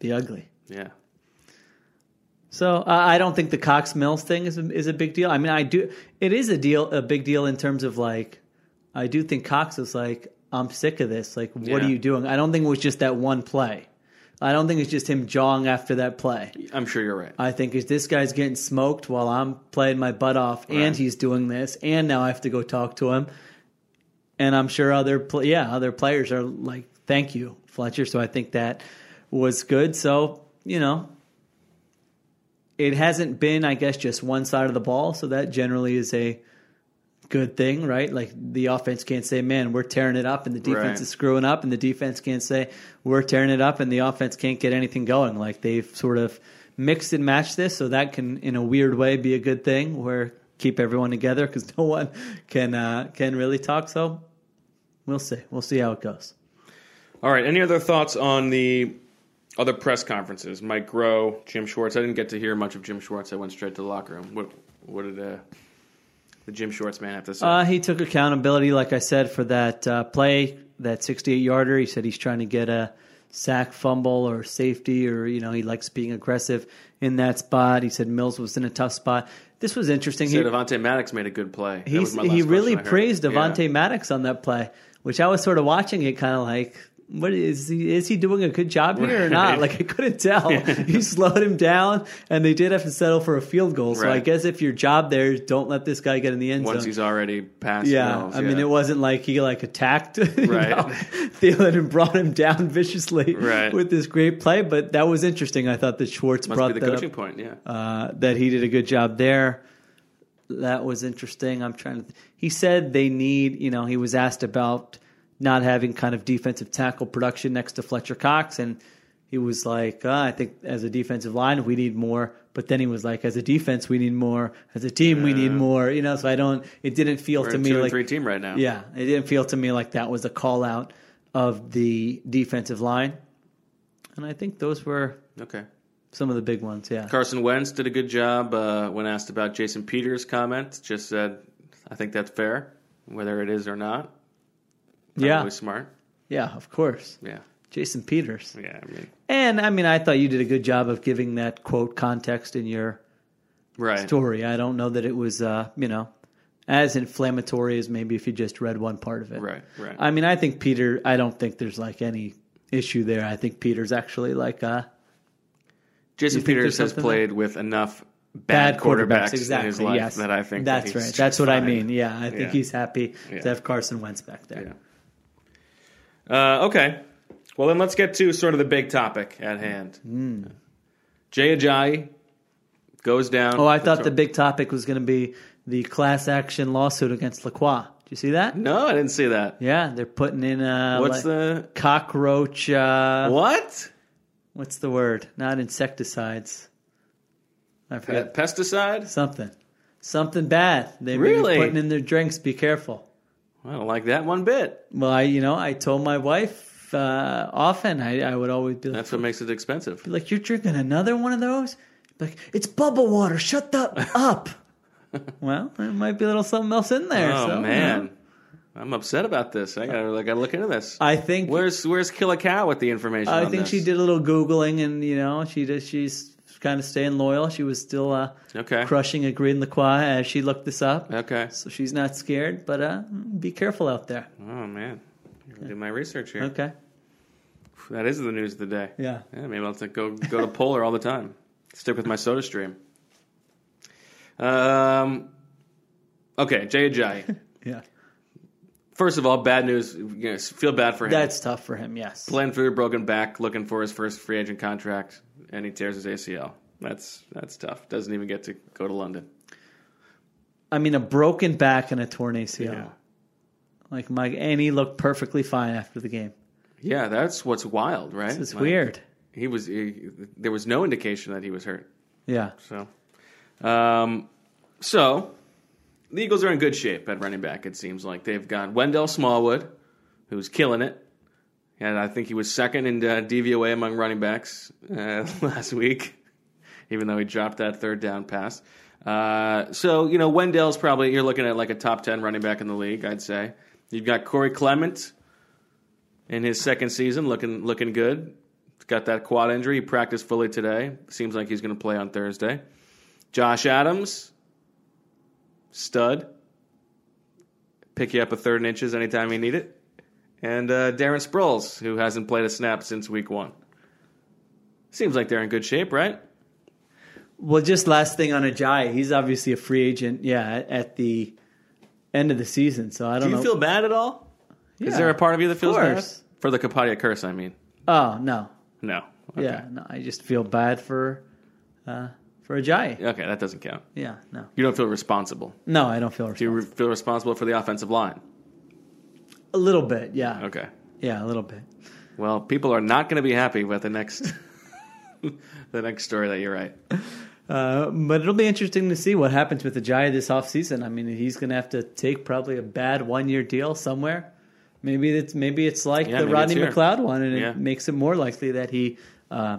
Speaker 4: be ugly.
Speaker 3: Yeah.
Speaker 4: So uh, I don't think the Cox Mills thing is a, is a big deal. I mean, I do. It is a deal, a big deal in terms of like, I do think Cox is like, I'm sick of this. Like, what
Speaker 3: Yeah.
Speaker 4: are you doing? I don't think it was just that one play. I don't think it's just him jawing after that play.
Speaker 3: I'm sure you're right.
Speaker 4: I think is this guy's getting smoked while I'm playing my butt off, and he's doing this, and now I have to go talk to him. And I'm sure other, pl- yeah, other players are like, "Thank you, Fletcher." So I think that was good. So you know, it hasn't been, I guess, just one side of the ball. So that generally is a good thing, right? Like the offense can't say, "Man, we're tearing it up," and the defense
Speaker 3: Right.
Speaker 4: is screwing up, and the defense can't say, "We're tearing it up," and the offense can't get anything going. Like they've sort of mixed and matched this, so that can, in a weird way, be a good thing. Where keep everyone together because no one can uh, can really talk. So we'll see. We'll see how it goes.
Speaker 3: All right. Any other thoughts on the other press conferences? Mike Groh, Jim Schwartz. I didn't get to hear much of Jim Schwartz. I went straight to the locker room. What, what did uh, the Jim Schwartz man have to say?
Speaker 4: Uh, he took accountability, like I said, for that uh, play, that 68 yarder. He said he's trying to get a sack, fumble, or safety, or, you know, he likes being aggressive in that spot. He said Mills was in a tough spot. This was interesting.
Speaker 3: he said
Speaker 4: he
Speaker 3: Avante Maddox made a good play. That was
Speaker 4: he's,
Speaker 3: my last
Speaker 4: he really
Speaker 3: question I heard.
Speaker 4: praised
Speaker 3: Yeah.
Speaker 4: Avante Maddox on that play, which I was sort of watching it kind of like, what is he, is he doing a good job here or not?
Speaker 3: Right.
Speaker 4: Like I couldn't tell. he slowed him down and they did have to settle for a field goal. So I
Speaker 3: Right.
Speaker 4: guess if your job there is don't let this guy get in the end
Speaker 3: Once
Speaker 4: zone.
Speaker 3: he's already passed.
Speaker 4: Yeah,
Speaker 3: Mills,
Speaker 4: I mean,
Speaker 3: yeah.
Speaker 4: it wasn't like he like attacked you
Speaker 3: Right.
Speaker 4: know, Thielen and brought him down viciously
Speaker 3: Right.
Speaker 4: with this great play. But that was interesting. I thought that Schwartz
Speaker 3: Must
Speaker 4: brought
Speaker 3: be the
Speaker 4: that
Speaker 3: coaching
Speaker 4: up,
Speaker 3: point. Yeah.
Speaker 4: uh, that he did a good job there. That was interesting. I'm trying to. Th- he said they need. You know, he was asked about not having kind of defensive tackle production next to Fletcher Cox, and he was like, "Ah, "I think as a defensive line, we need more." But then he was like, "As a defense, we need more. As a team, we need more." You know, so I don't. It didn't feel
Speaker 3: We're
Speaker 4: to
Speaker 3: a
Speaker 4: me
Speaker 3: two and
Speaker 4: like
Speaker 3: three team right now.
Speaker 4: yeah, it didn't feel to me like that was a call out of the defensive line. And I think those were
Speaker 3: Okay.
Speaker 4: some of the big ones. Yeah.
Speaker 3: Carson Wentz did a good job uh, when asked about Jason Peters' comment. Just said, "I think that's fair, whether it is or not."
Speaker 4: yeah.
Speaker 3: Really smart.
Speaker 4: Yeah, of course.
Speaker 3: Yeah.
Speaker 4: Jason Peters.
Speaker 3: Yeah. I mean,
Speaker 4: And I mean, I thought you did a good job of giving that quote context in your
Speaker 3: right.
Speaker 4: story. I don't know that it was, uh, you know, as inflammatory as maybe if you just read one part of it.
Speaker 3: Right, right.
Speaker 4: I mean, I think Peter. I don't think there's like any issue there. I think Peter's actually like uh,
Speaker 3: Jason
Speaker 4: You think
Speaker 3: Peters
Speaker 4: there's
Speaker 3: has
Speaker 4: something
Speaker 3: played with enough bad,
Speaker 4: bad
Speaker 3: quarterbacks,
Speaker 4: quarterbacks. Exactly.
Speaker 3: in his life
Speaker 4: yes.
Speaker 3: that I think that
Speaker 4: that's
Speaker 3: he's
Speaker 4: right. That's what I
Speaker 3: fine.
Speaker 4: mean. Yeah, I think
Speaker 3: Yeah.
Speaker 4: he's happy
Speaker 3: Yeah.
Speaker 4: to have Carson Wentz back there.
Speaker 3: Uh, okay. Well, then let's get to sort of the big topic at hand.
Speaker 4: Mm.
Speaker 3: Jay Ajayi goes down.
Speaker 4: Oh, I thought the big topic was going to be the class action lawsuit against Lacroix. Did you see that?
Speaker 3: No, I didn't see that.
Speaker 4: Yeah, they're putting in uh,
Speaker 3: What's
Speaker 4: like,
Speaker 3: the
Speaker 4: cockroach. Uh,
Speaker 3: what?
Speaker 4: What's the word? Not insecticides. I
Speaker 3: Pe-
Speaker 4: forgot.
Speaker 3: pesticide?
Speaker 4: Something. Something bad. They may be
Speaker 3: Really?
Speaker 4: putting in their drinks. Be careful.
Speaker 3: I don't like that one bit.
Speaker 4: Well, I, you know, I told my wife uh, often, I, I would always be like,
Speaker 3: That's what makes it expensive.
Speaker 4: be like, you're drinking another one of those? Like, it's bubble water. Shut the up. well, there might be a little something else in there.
Speaker 3: Oh
Speaker 4: so, you
Speaker 3: man,
Speaker 4: know.
Speaker 3: I'm upset about this. I gotta, I gotta look into this.
Speaker 4: I think
Speaker 3: where's Where's Kill a Cow with the information?
Speaker 4: I
Speaker 3: on
Speaker 4: think
Speaker 3: this?
Speaker 4: she did a little Googling and, you know, she just, she's kind of staying loyal. She was still uh,
Speaker 3: Okay.
Speaker 4: crushing a green LaCroix as she looked this up.
Speaker 3: Okay.
Speaker 4: So she's not scared, but uh, be careful out there.
Speaker 3: Oh man, I gotta do my research here.
Speaker 4: Okay.
Speaker 3: That is the news of the day.
Speaker 4: Yeah.
Speaker 3: Yeah, maybe I'll have to go go to Polar all the time. Stick with my Soda Stream. Um, okay, Jay Ajayi.
Speaker 4: Yeah.
Speaker 3: First of all, bad news. You know, feel bad for him.
Speaker 4: That's tough for him, yes.
Speaker 3: playing through a broken back, looking for his first free agent contract, and he tears his ACL. That's that's tough. Doesn't even get to go to London.
Speaker 4: I mean, a broken back and a torn ACL.
Speaker 3: Yeah.
Speaker 4: Like, Mike, and he looked perfectly fine after the game.
Speaker 3: Yeah, that's what's wild, right?
Speaker 4: It's
Speaker 3: Like,
Speaker 4: weird.
Speaker 3: He was he, there was no indication that he was hurt.
Speaker 4: Yeah.
Speaker 3: So, um, so the Eagles are in good shape at running back. It seems like they've got Wendell Smallwood, who's killing it, and I think he was second in uh, DVOA among running backs uh, last week, even though he dropped that third down pass. Uh, so you know Wendell's probably you're looking at like a top ten running back in the league, I'd say. You've got Corey Clement in his second season, looking looking good. He's got that quad injury. He practiced fully today. Seems like he's going to play on Thursday. Josh Adams, stud, pick you up a third and inches anytime you need it. And uh, Darren Sproles, who hasn't played a snap since week one. Seems like they're in good shape, right?
Speaker 4: Well, just last thing on Ajayi. He's obviously a free agent, yeah, at, at the end of the season. So I
Speaker 3: Do
Speaker 4: don't
Speaker 3: you
Speaker 4: know.
Speaker 3: feel bad at all? Is
Speaker 4: Yeah,
Speaker 3: there a part of you that feels bad
Speaker 4: course.
Speaker 3: for the Capadia curse? I mean,
Speaker 4: Oh, no.
Speaker 3: no. Okay.
Speaker 4: Yeah. No, I just feel bad for uh, for Ajayi.
Speaker 3: Okay, that doesn't count.
Speaker 4: Yeah. No.
Speaker 3: You don't feel responsible.
Speaker 4: No, I don't feel
Speaker 3: Do you
Speaker 4: responsible.
Speaker 3: re- feel responsible for the offensive line?
Speaker 4: A little bit, yeah.
Speaker 3: Okay.
Speaker 4: Yeah, a little bit.
Speaker 3: Well, people are not going to be happy with the next the next story that you write.
Speaker 4: Uh, but it'll be interesting to see what happens with Ajayi this offseason. I mean, he's going to have to take probably a bad one year deal somewhere. Maybe it's maybe it's like
Speaker 3: Yeah,
Speaker 4: the
Speaker 3: maybe
Speaker 4: Rodney
Speaker 3: it's here.
Speaker 4: McLeod one, and
Speaker 3: Yeah.
Speaker 4: it makes it more likely that he uh,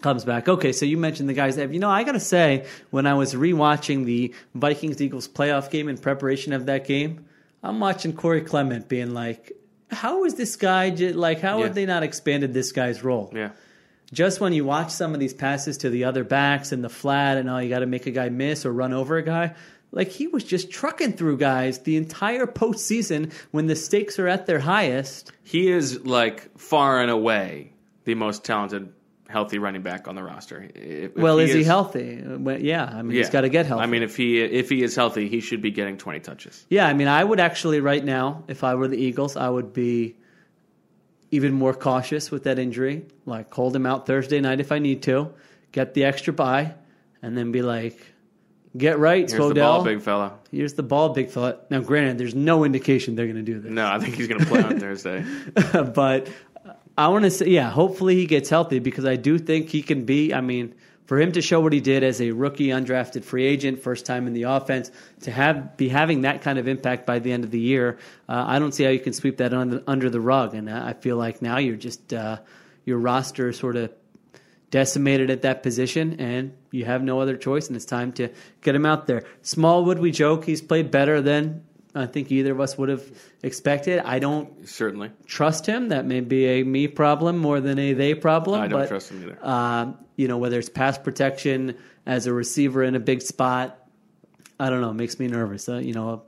Speaker 4: comes back. Okay, so you mentioned the guys that you know. I got to say, when I was rewatching the Vikings Eagles playoff game in preparation of that game, I'm watching Corey Clement being like, "How is this guy? j- Like, how
Speaker 3: Yeah.
Speaker 4: have they not expanded this guy's role?"
Speaker 3: Yeah.
Speaker 4: just when you watch some of these passes to the other backs in the flat and oh you got to make a guy miss or run over a guy like he was just trucking through guys the entire postseason when the stakes are at their highest
Speaker 3: He is like far and away the most talented healthy running back on the roster. If- if
Speaker 4: well is, he healthy Uh, well, yeah i mean he's
Speaker 3: yeah.
Speaker 4: got to get healthy
Speaker 3: I mean if he if he is healthy, he should be getting 20 touches.
Speaker 4: yeah i mean i would actually right now if i were the eagles i would be even more cautious with that injury like hold him out thursday night if i need to get the extra bye and then be like get right
Speaker 3: Here's
Speaker 4: Spodell.
Speaker 3: the ball, big fella.
Speaker 4: Here's the ball, big fella. Now, granted, there's no indication they're going to do this,
Speaker 3: No, I think he's going to play on Thursday.
Speaker 4: but I want to say, yeah, hopefully he gets healthy because I do think he can be. I mean, For him to show what he did as a rookie, undrafted free agent, first time in the offense, to have be having that kind of impact by the end of the year, uh, I don't see how you can sweep that under, under the rug. And I I feel like now you're just uh, your roster sort of decimated at that position, and you have no other choice, and it's time to get him out there. Smallwood, we joke he's played better than I think either of us would have expected. I don't
Speaker 3: Certainly.
Speaker 4: trust him. That may be a me problem more than a they problem.
Speaker 3: I don't
Speaker 4: but,
Speaker 3: trust him either.
Speaker 4: Um, you know, whether it's pass protection as a receiver in a big spot, I don't know. It makes me nervous. Uh, you know, a,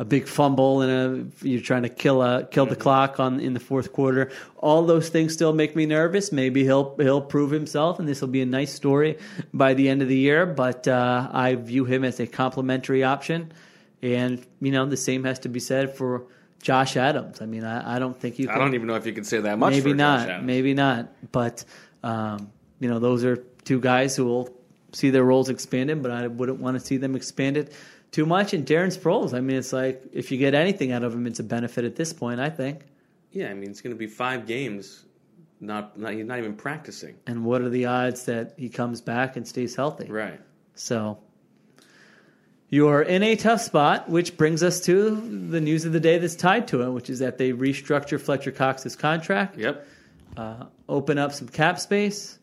Speaker 4: a big fumble and a you're trying to kill a kill the clock on in the fourth quarter. All those things still make me nervous. Maybe he'll he'll prove himself, and this will be a nice story by the end of the year. But uh, I view him as a complimentary option, and you know the same has to be said for. Josh Adams. I mean, I, I don't think you. Can,
Speaker 3: I don't even know if you can say that much.
Speaker 4: Maybe
Speaker 3: for Josh
Speaker 4: not.
Speaker 3: Allen.
Speaker 4: Maybe not. But um, you know, those are two guys who will see their roles expanded, but I wouldn't want to see them expanded too much. And Darren Sproles, I mean, it's like if you get anything out of him, it's a benefit at this point, I think.
Speaker 3: Yeah, I mean it's going to be five games. Not, not he's not even practicing.
Speaker 4: And what are the odds that he comes back and stays healthy?
Speaker 3: Right.
Speaker 4: So you are in a tough spot, which brings us to the news of the day that's tied to it, which is that they restructure Fletcher Cox's contract,
Speaker 3: Yep.
Speaker 4: open up some cap space.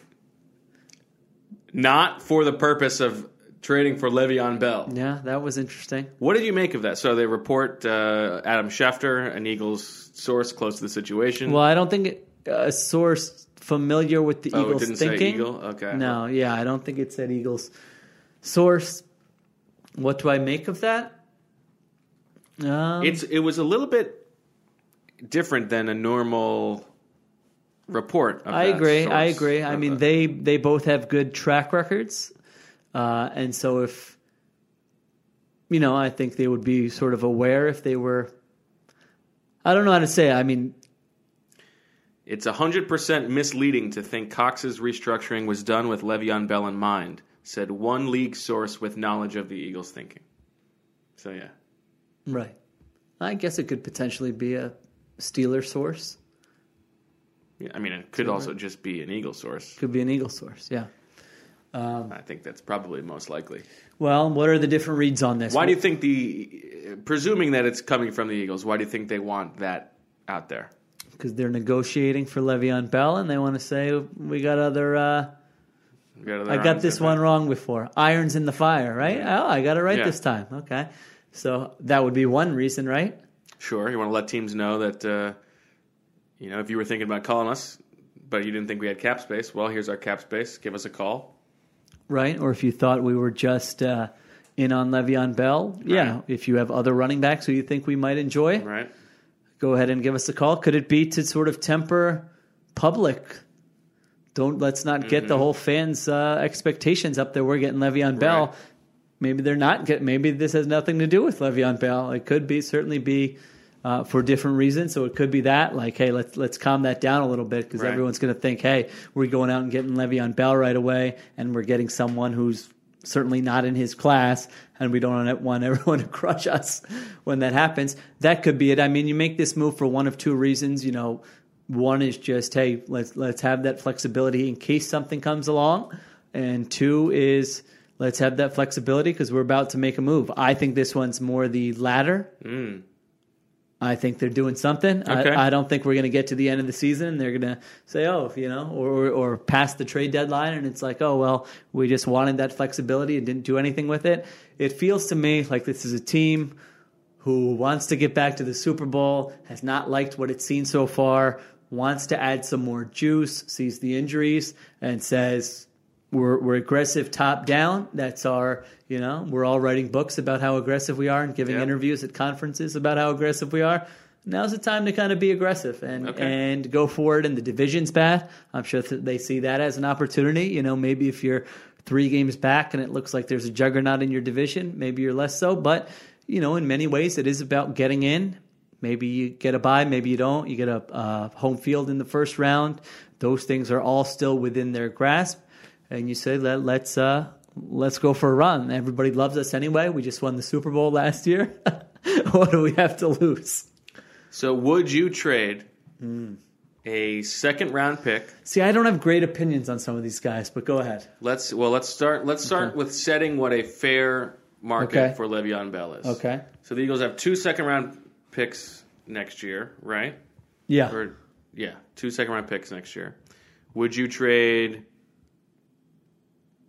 Speaker 3: Not for the purpose of trading for Le'Veon Bell.
Speaker 4: Yeah, that was interesting.
Speaker 3: What did you make of that? So they report uh, Adam Schefter, an Eagles source close to the situation.
Speaker 4: Well, I don't think it, a source familiar with the
Speaker 3: Oh, it
Speaker 4: Eagles
Speaker 3: didn't say
Speaker 4: thinking.
Speaker 3: Eagle? Okay.
Speaker 4: No, yeah, I don't think it said Eagles source. What do I make of that? Um,
Speaker 3: it's it was a little bit different than a normal report. Of
Speaker 4: I
Speaker 3: that
Speaker 4: agree. I
Speaker 3: source. Uh, Uh-uh.
Speaker 4: agree. I
Speaker 3: Of
Speaker 4: mean,
Speaker 3: the-
Speaker 4: they they both have good track records, uh, and so if you know, I think they would be sort of aware if they were. I don't know how to say. it. I mean,
Speaker 3: It's 100% misleading to think Cox's restructuring was done with Le'Veon Bell in mind, said one league source with knowledge of the Eagles' thinking. So, yeah.
Speaker 4: right? I guess it could potentially be a Steeler source.
Speaker 3: yeah I mean, it could also just be an Eagle source.
Speaker 4: Could be an Eagle source. Yeah.
Speaker 3: I think that's probably most likely.
Speaker 4: Well, what are the different reads on this?
Speaker 3: Why do you think the, presuming that it's coming from the Eagles, why do you think they want that out there?
Speaker 4: Because they're negotiating for Le'Veon Bell, and they want to say we got other. Uh, I got this one wrong before. Irons in the fire, right? Oh, I got it right
Speaker 3: Yeah.
Speaker 4: this time. Okay, so that would be one reason, right?
Speaker 3: Sure. You want to let teams know that, uh, you know, if you were thinking about calling us, but you didn't think we had cap space, well, here's our cap space. Give us a call.
Speaker 4: Right? Or if you thought we were just uh, in on Le'Veon Bell, yeah.
Speaker 3: Right.
Speaker 4: If you have other running backs who you think we might enjoy,
Speaker 3: Right?
Speaker 4: go ahead and give us a call. Could it be to sort of temper public? Don't let's not get the whole fans' uh, expectations up there. We're getting Le'Veon Bell.
Speaker 3: Right.
Speaker 4: Maybe they're not. Get, maybe this has nothing to do with Le'Veon Bell. It could be certainly be uh, for different reasons. So it could be that like, hey, let's let's calm that down a little bit because
Speaker 3: Right.
Speaker 4: everyone's going to think, hey, we're going out and getting Le'Veon Bell right away, and we're getting someone who's certainly not in his class, and we don't want everyone to crush us when that happens. That could be it. I mean, you make this move for one of two reasons. You know, one is just, hey, let's let's have that flexibility in case something comes along, and two is let's have that flexibility because we're about to make a move. I think this one's more the latter. I think they're doing something.
Speaker 3: Okay.
Speaker 4: I, I don't think we're going to get to the end of the season and they're going to say, oh, you know, or, or, or pass the trade deadline. And it's like, oh, well, we just wanted that flexibility and didn't do anything with it. It feels to me like this is a team who wants to get back to the Super Bowl, has not liked what it's seen so far, wants to add some more juice, sees the injuries, and says, we're, we're aggressive top down. That's our, you know, we're all writing books about how aggressive we are and giving
Speaker 3: Yeah.
Speaker 4: interviews at conferences about how aggressive we are. Now's the time to kind of be aggressive and,
Speaker 3: Okay.
Speaker 4: and go forward. And the division's bad. I'm sure that they see that as an opportunity. You know, maybe if you're three games back and it looks like there's a juggernaut in your division, maybe you're less so. But, you know, in many ways, it is about getting in. Maybe you get a bye, maybe you don't. You get a uh, home field in the first round. Those things are all still within their grasp and you say Let, let's uh let's go for a run everybody loves us anyway we just won the super bowl last year what do we have to lose Hmm.
Speaker 3: So, would you trade a second round pick.
Speaker 4: See, I don't have great opinions on some of these guys, but go ahead.
Speaker 3: Let's well, let's start. Let's start with setting what a fair market
Speaker 4: Okay.
Speaker 3: for Le'Veon Bell is.
Speaker 4: Okay.
Speaker 3: So the Eagles have two second round picks next year, right?
Speaker 4: Yeah.
Speaker 3: Or yeah, two second round picks next year. Would you trade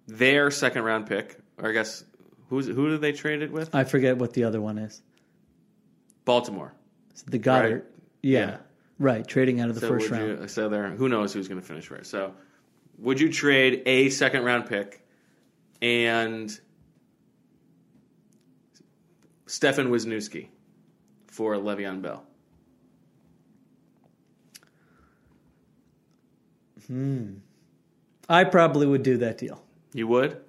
Speaker 3: their second round pick? Or I guess who's who did they trade it with?
Speaker 4: I forget what the other one is.
Speaker 3: Baltimore.
Speaker 4: It's the Goddard.
Speaker 3: Right.
Speaker 4: Yeah.
Speaker 3: Yeah.
Speaker 4: Right. Trading out of the
Speaker 3: So
Speaker 4: first
Speaker 3: would
Speaker 4: round.
Speaker 3: You, so there, who knows who's going to finish where? So, would you trade a second round pick and Stefan Wisniewski for Le'Veon Bell?
Speaker 4: I probably would do that deal.
Speaker 3: You would?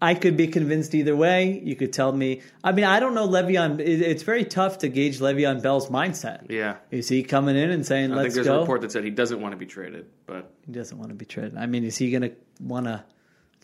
Speaker 4: I could be convinced either way. You could tell me. I mean, I don't know Le'Veon. it- It's very tough to gauge Le'Veon Bell's mindset.
Speaker 3: Yeah.
Speaker 4: Is he coming in and saying,
Speaker 3: I think
Speaker 4: "Let's
Speaker 3: there's a
Speaker 4: go"?
Speaker 3: report that said he doesn't want to be traded, but
Speaker 4: He doesn't want to be traded. I mean, is he going to want to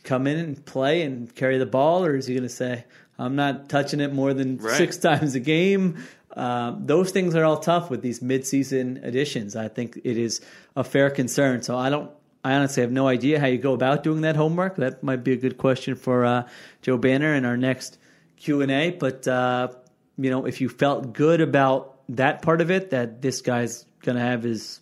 Speaker 4: come in and play and carry the ball, or is he going to say, "I'm not touching it more than
Speaker 3: Right.
Speaker 4: six times a game"? Um, those things are all tough with these mid-season additions. I think it is a fair concern. So I don't. I honestly have no idea how you go about doing that homework. That might be a good question for uh, Joe Banner in our next Q and A. But uh, you know, if you felt good about that part of it, that this guy's going to have his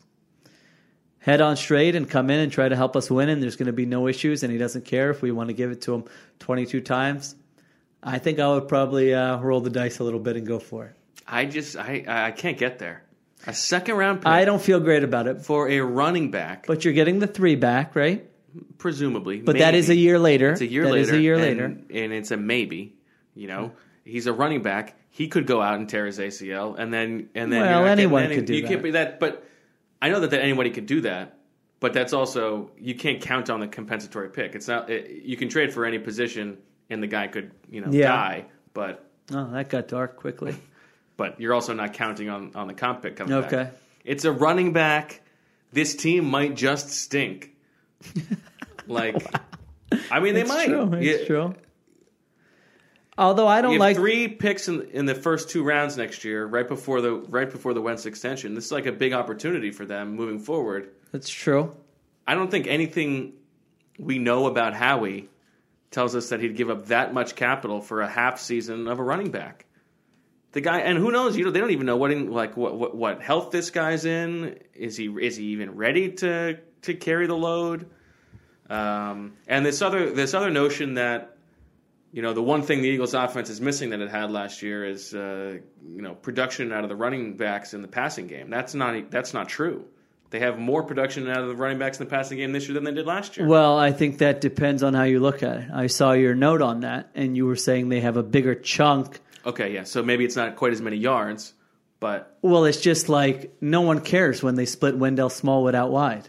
Speaker 4: head on straight and come in and try to help us win, and there's going to be no issues, and he doesn't care if we want to give it to him 22 times. I think I would probably uh, roll the dice a little bit and go for it.
Speaker 3: I just I I can't get there. A second round pick
Speaker 4: I don't feel great about it,
Speaker 3: for a running back,
Speaker 4: but you're getting the three back, right?
Speaker 3: presumably.
Speaker 4: But that is a year later.
Speaker 3: It's a year
Speaker 4: That
Speaker 3: later.
Speaker 4: is a year
Speaker 3: and,
Speaker 4: later.
Speaker 3: and it's a maybe. You know, he's a running back. He could go out and tear his ACL, and then and then
Speaker 4: Well,
Speaker 3: you're not getting
Speaker 4: anyone
Speaker 3: any-
Speaker 4: could do
Speaker 3: you Can't
Speaker 4: that.
Speaker 3: be that. But I know that, that anybody could do that. But that's also you can't count on the compensatory pick. It's not it, you can trade for any position, and the guy could you know
Speaker 4: Yeah.
Speaker 3: die. But
Speaker 4: Oh, that got dark quickly.
Speaker 3: but you're also not counting on on the comp pick coming back.
Speaker 4: Okay.
Speaker 3: It's a running back. This team might just stink. like, I mean, they
Speaker 4: it's
Speaker 3: might.
Speaker 4: true. It's
Speaker 3: You-
Speaker 4: true. Although I
Speaker 3: You
Speaker 4: don't
Speaker 3: have
Speaker 4: like
Speaker 3: three picks in, in the first two rounds next year, right before the right before the Wentz extension. This is like a big opportunity for them moving forward.
Speaker 4: that's true.
Speaker 3: I don't think anything we know about Howie tells us that he'd give up that much capital for a half season of a running back. The guy, and who knows? You know, they don't even know what in, like what, what what health this guy's in. Is he is he even ready to to carry the load? Um, and this other this other notion that you know the one thing the Eagles' offense is missing that it had last year is uh, you know production out of the running backs in the passing game. That's not e, that's not true. They have more production out of the running backs in the passing game this year than they did last year.
Speaker 4: Well, I think that depends on how you look at it. I saw your note on that, and you were saying they have a bigger chunk
Speaker 3: Okay, yeah. So maybe it's not quite as many yards, but
Speaker 4: Well, it's just like no one cares when they split Wendell Smallwood out wide.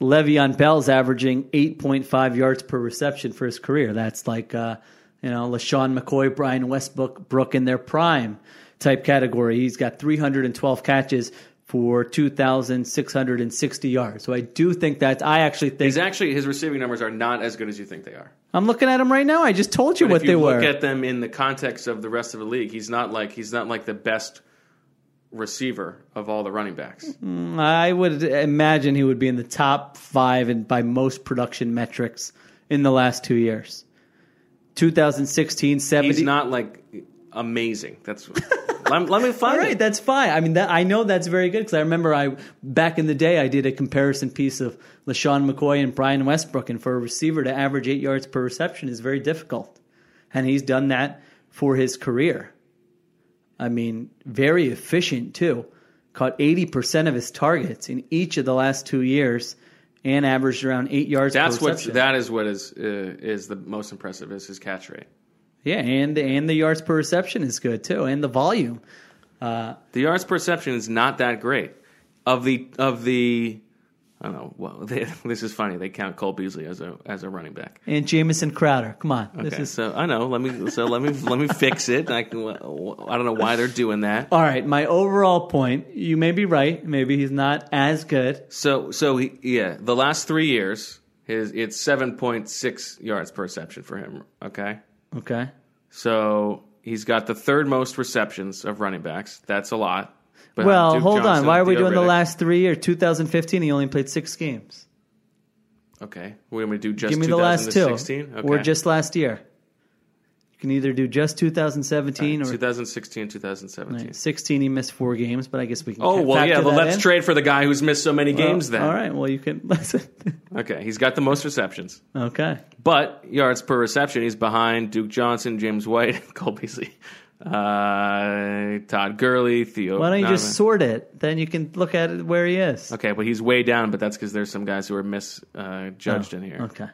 Speaker 4: Le'Veon Bell's averaging 8.5 yards per reception for his career. That's like, uh, you know, LaShawn McCoy, Brian Westbrook Brook in their prime type category. He's got 312 catches for 2,660 yards. So I do think that I actually think
Speaker 3: he's actually his receiving numbers are not as good as you think they are.
Speaker 4: I'm looking at him right now. I just told you
Speaker 3: But if
Speaker 4: what
Speaker 3: you
Speaker 4: they were.
Speaker 3: look at them in the context of the rest of the league, he's not like he's not like the best receiver of all the running backs.
Speaker 4: Mm-hmm. I would imagine he would be in the top five and by most production metrics in the last two years. 2016, 17.
Speaker 3: He's not like amazing. That's let, let me find
Speaker 4: All
Speaker 3: it.
Speaker 4: right, that's fine. I mean, that, I know that's very good because I remember I back in the day I did a comparison piece of LaShawn McCoy and Brian Westbrook, and for a receiver to average eight yards per reception is very difficult, and he's done that for his career. I mean, very efficient too. Caught eighty percent of his targets in each of the last two years, and averaged around eight yards.
Speaker 3: That's
Speaker 4: per
Speaker 3: what
Speaker 4: reception.
Speaker 3: that is what is uh, is the most impressive is his catch rate.
Speaker 4: Yeah, and and the yards per reception is good too, and the volume.
Speaker 3: The yards perception is not that great. Of the of the I don't know. Well, they, this is funny. They count Cole Beasley as a as a running back.
Speaker 4: And Jamison Crowder, come on, this
Speaker 3: Okay,
Speaker 4: is
Speaker 3: so uh, I know. Let me so let me let me fix it. I can, I don't know why they're doing that.
Speaker 4: All right, my overall point, you may be right. Maybe he's not as good.
Speaker 3: So so he, yeah, the last three years, his it's seven point six yards per reception for him. Okay,
Speaker 4: Okay.
Speaker 3: so he's got the third most receptions of running backs. That's a lot. But
Speaker 4: well,
Speaker 3: Um, Duke
Speaker 4: hold on.
Speaker 3: Johnson,
Speaker 4: Why are we
Speaker 3: Theo
Speaker 4: doing the
Speaker 3: Riddick.
Speaker 4: last three or 2015? He only played six games.
Speaker 3: Okay, we're gonna do just
Speaker 4: Give me the last two.
Speaker 3: 2016? Okay.
Speaker 4: Or just last year. You can either do just 2017 or
Speaker 3: 2016, 2017.
Speaker 4: 16. He missed four games, but I guess we can.
Speaker 3: Oh
Speaker 4: ca-
Speaker 3: well, yeah.
Speaker 4: factor
Speaker 3: Well,
Speaker 4: that
Speaker 3: let's
Speaker 4: in.
Speaker 3: trade for the guy who's missed so many
Speaker 4: Well,
Speaker 3: games. Then
Speaker 4: All right. Well, you can listen.
Speaker 3: okay, he's got the most receptions,
Speaker 4: okay.
Speaker 3: but yards per reception, he's behind Duke Johnson, James White, Cole Beasley, uh, Todd Gurley, Theo.
Speaker 4: Why don't you
Speaker 3: Donovan.
Speaker 4: just sort it? Then you can look at it where he is.
Speaker 3: Okay, but he's way down. But that's because there's some guys who are misjudged uh, judged in here.
Speaker 4: Oh, Okay.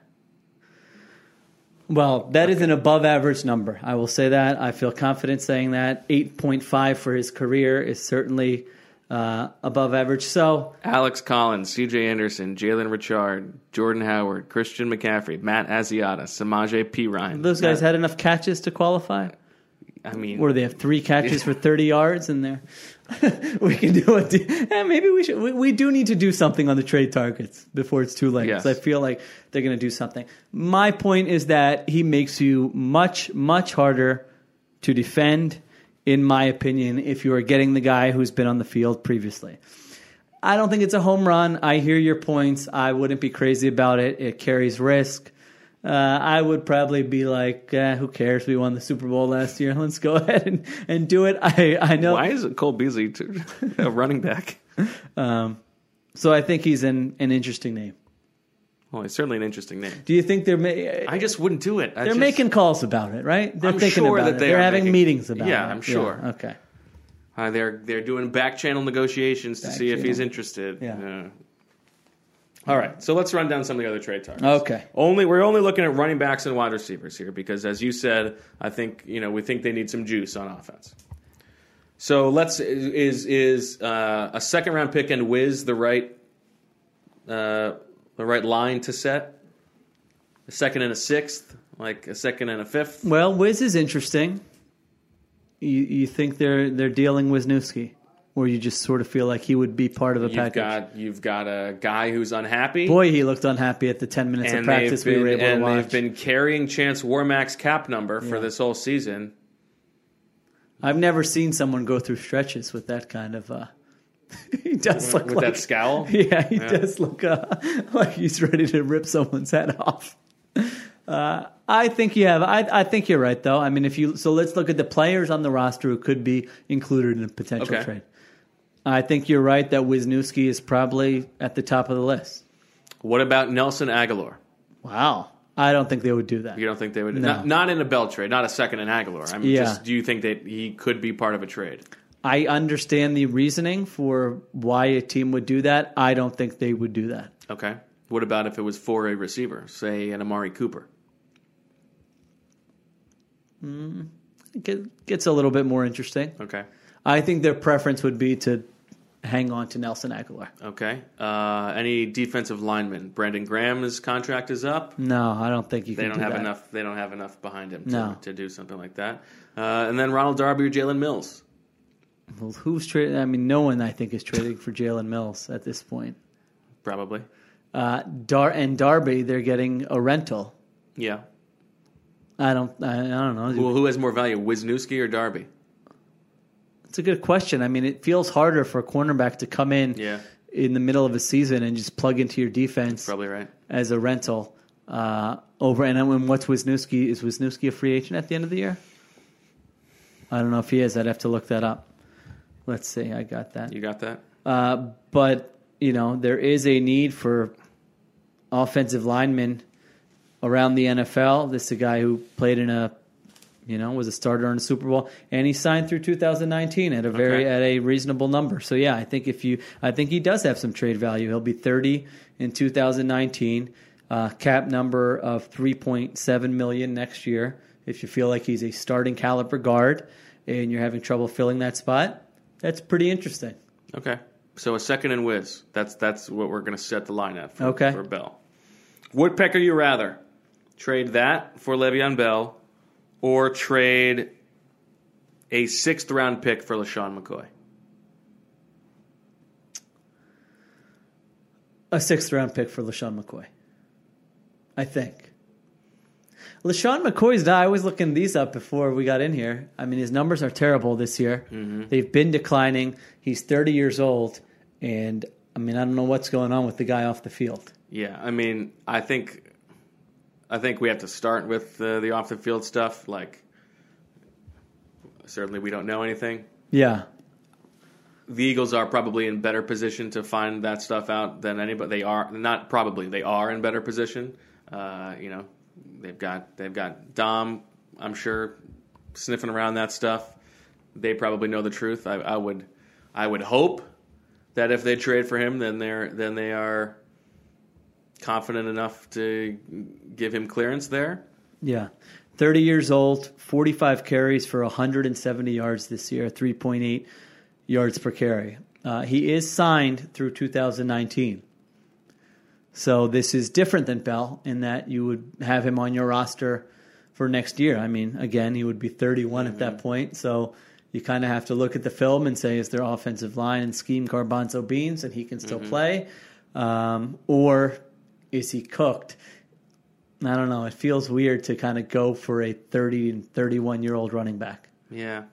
Speaker 4: Well, that is an above average number. I will say that. I feel confident saying that. 8.5 for his career is certainly uh, above average. So,
Speaker 3: Alex Collins, C.J. Anderson, Jalen Richard, Jordan Howard, Christian McCaffrey, Matt Asiata, Samaje P. Ryan.
Speaker 4: those guys had enough catches to qualify.
Speaker 3: I mean,
Speaker 4: Or they have three catches for 30 yards in there. we can do it. Eh, maybe we should. We, we do need to do something on the trade targets before it's too late. 'cause
Speaker 3: Yes.
Speaker 4: I feel like they're going to do something. My point is that he makes you much, much harder to defend, in my opinion, if you are getting the guy who's been on the field previously. I don't think it's a home run. I hear your points. I wouldn't be crazy about it. It carries risk. Uh, I would probably be like, eh, who cares? We won the Super Bowl last year. Let's go ahead and, and do it. I, I know.
Speaker 3: why is Cole Beasley t- a running back?
Speaker 4: So I think he's an, an interesting name.
Speaker 3: Well, it's certainly an interesting name.
Speaker 4: Do you think they're ma- eh,
Speaker 3: I just wouldn't do it. I
Speaker 4: they're
Speaker 3: just-
Speaker 4: making calls about it, right? They're
Speaker 3: I'm
Speaker 4: thinking
Speaker 3: sure
Speaker 4: about
Speaker 3: that
Speaker 4: it.
Speaker 3: they
Speaker 4: are
Speaker 3: are
Speaker 4: having
Speaker 3: making-
Speaker 4: meetings about
Speaker 3: Yeah,
Speaker 4: it.
Speaker 3: I'm sure.
Speaker 4: okay.
Speaker 3: Uh, they're they're doing back channel negotiations to
Speaker 4: Back
Speaker 3: see if he's
Speaker 4: channel.
Speaker 3: interested.
Speaker 4: Yeah.
Speaker 3: all right, so let's run down some of the other trade targets.
Speaker 4: Okay.
Speaker 3: Only we're only looking at running backs and wide receivers here because, as you said, I think you know we think they need some juice on offense. So let's is is uh, a second round pick and Wiz the right uh, the right line to set a second and a sixth, like a second and a fifth.
Speaker 4: Well, Wiz is interesting. You, you think they're they're dealing Wisniewski, or you just sort of feel like he would be part of a
Speaker 3: You've
Speaker 4: package?
Speaker 3: got you've got a guy who's unhappy.
Speaker 4: Boy, he looked unhappy at the ten minutes of practice
Speaker 3: they've
Speaker 4: we were
Speaker 3: been-
Speaker 4: able
Speaker 3: and
Speaker 4: to watch.
Speaker 3: they've been carrying Chance Warmack's cap number for
Speaker 4: Yeah.
Speaker 3: this whole season.
Speaker 4: I've never seen someone go through stretches with that kind of. Uh, he does look
Speaker 3: With
Speaker 4: like
Speaker 3: that scowl?
Speaker 4: Yeah, he does look uh, like he's ready to rip someone's head off. Uh, I think you have. I, I think you're right, though. I mean, if you so let's look at the players on the roster who could be included in a potential
Speaker 3: Okay.
Speaker 4: trade. I think you're right that Wisniewski is probably at the top of the list.
Speaker 3: What about Nelson Aguilar?
Speaker 4: Wow, I don't think they would do that.
Speaker 3: You don't think they would
Speaker 4: No.
Speaker 3: not, not in a Bell trade, not a second in Aguilar. I mean,
Speaker 4: Yeah.
Speaker 3: just do you think that he could be part of a trade?
Speaker 4: I understand the reasoning for why a team would do that. I don't think they would do that.
Speaker 3: Okay. What about if it was for a receiver, say an Amari Cooper?
Speaker 4: It gets a little bit more interesting.
Speaker 3: Okay.
Speaker 4: I think their preference would be to hang on to Nelson Aguilar.
Speaker 3: Okay. Uh, any defensive lineman? Brandon Graham's contract is up.
Speaker 4: No, I don't think you
Speaker 3: They
Speaker 4: can
Speaker 3: don't
Speaker 4: do
Speaker 3: have
Speaker 4: that.
Speaker 3: enough. They don't have enough behind him to,
Speaker 4: No.
Speaker 3: to do something like that. Uh, and then Ronald Darby or Jalen Mills.
Speaker 4: Well, who's trading? I mean, no one I think is trading for Jalen Mills at this point.
Speaker 3: Probably.
Speaker 4: Uh, Dar and Darby, they're getting a rental.
Speaker 3: Yeah.
Speaker 4: I don't. I, I don't know.
Speaker 3: Well, who has more value, Wisniewski or Darby?
Speaker 4: It's a good question. I mean, it feels harder for a cornerback to come in
Speaker 3: Yeah.
Speaker 4: in the middle of a season and just plug into your defense
Speaker 3: Probably right.
Speaker 4: as a rental uh, over. And then what's Wisniewski? Is Wisniewski a free agent at the end of the year? I don't know if he is. I'd have to look that up. Let's see. I got that.
Speaker 3: You got that?
Speaker 4: Uh, but you know there is a need for offensive linemen around the NFL. This is a guy who played in a you know was a starter in a Super Bowl, and he signed through 2019 at a
Speaker 3: Okay.
Speaker 4: very at a reasonable number. So yeah, I think if you I think he does have some trade value. He'll be 30 in 2019, uh, cap number of 3.7 million next year. If you feel like he's a starting caliber guard and you're having trouble filling that spot, that's pretty interesting.
Speaker 3: Okay. So a second and Wiz. That's that's what we're going to set the line at for,
Speaker 4: Okay.
Speaker 3: for Bell. Woodpecker, you rather trade that for Le'Veon Bell, or trade a sixth round pick for Lashawn McCoy?
Speaker 4: a sixth round pick for LaShawn McCoy. I think. LaShawn McCoy's not. I was looking these up before we got in here. I mean, his numbers are terrible this year. They've been declining. He's 30 years old, and I mean, I don't know what's going on with the guy off the field.
Speaker 3: Yeah, I mean, I think, I think we have to start with uh, the off the field stuff. Like, certainly we don't know anything.
Speaker 4: Yeah,
Speaker 3: The Eagles are probably in better position to find that stuff out than anybody. They are not probably. They are in better position. Uh, you know, they've got they've got Dom. I'm sure sniffing around that stuff. They probably know the truth. I, I would, I would hope that if they trade for him, then they're then they are confident enough to give him clearance there.
Speaker 4: yeah. 30 years old, 45 carries for 170 yards this year, 3.8 yards per carry. Uh, he is signed through 2019. So this is different than Bell in that you would have him on your roster for next year. I mean, again, he would be 31 at that point. So you kind of have to look at the film and say, is their offensive line and scheme Garbanzo Beans and he can still play? Um, or is he cooked? I don't know. It feels weird to kind of go for a 30 and 31 year old running back.
Speaker 3: Yeah,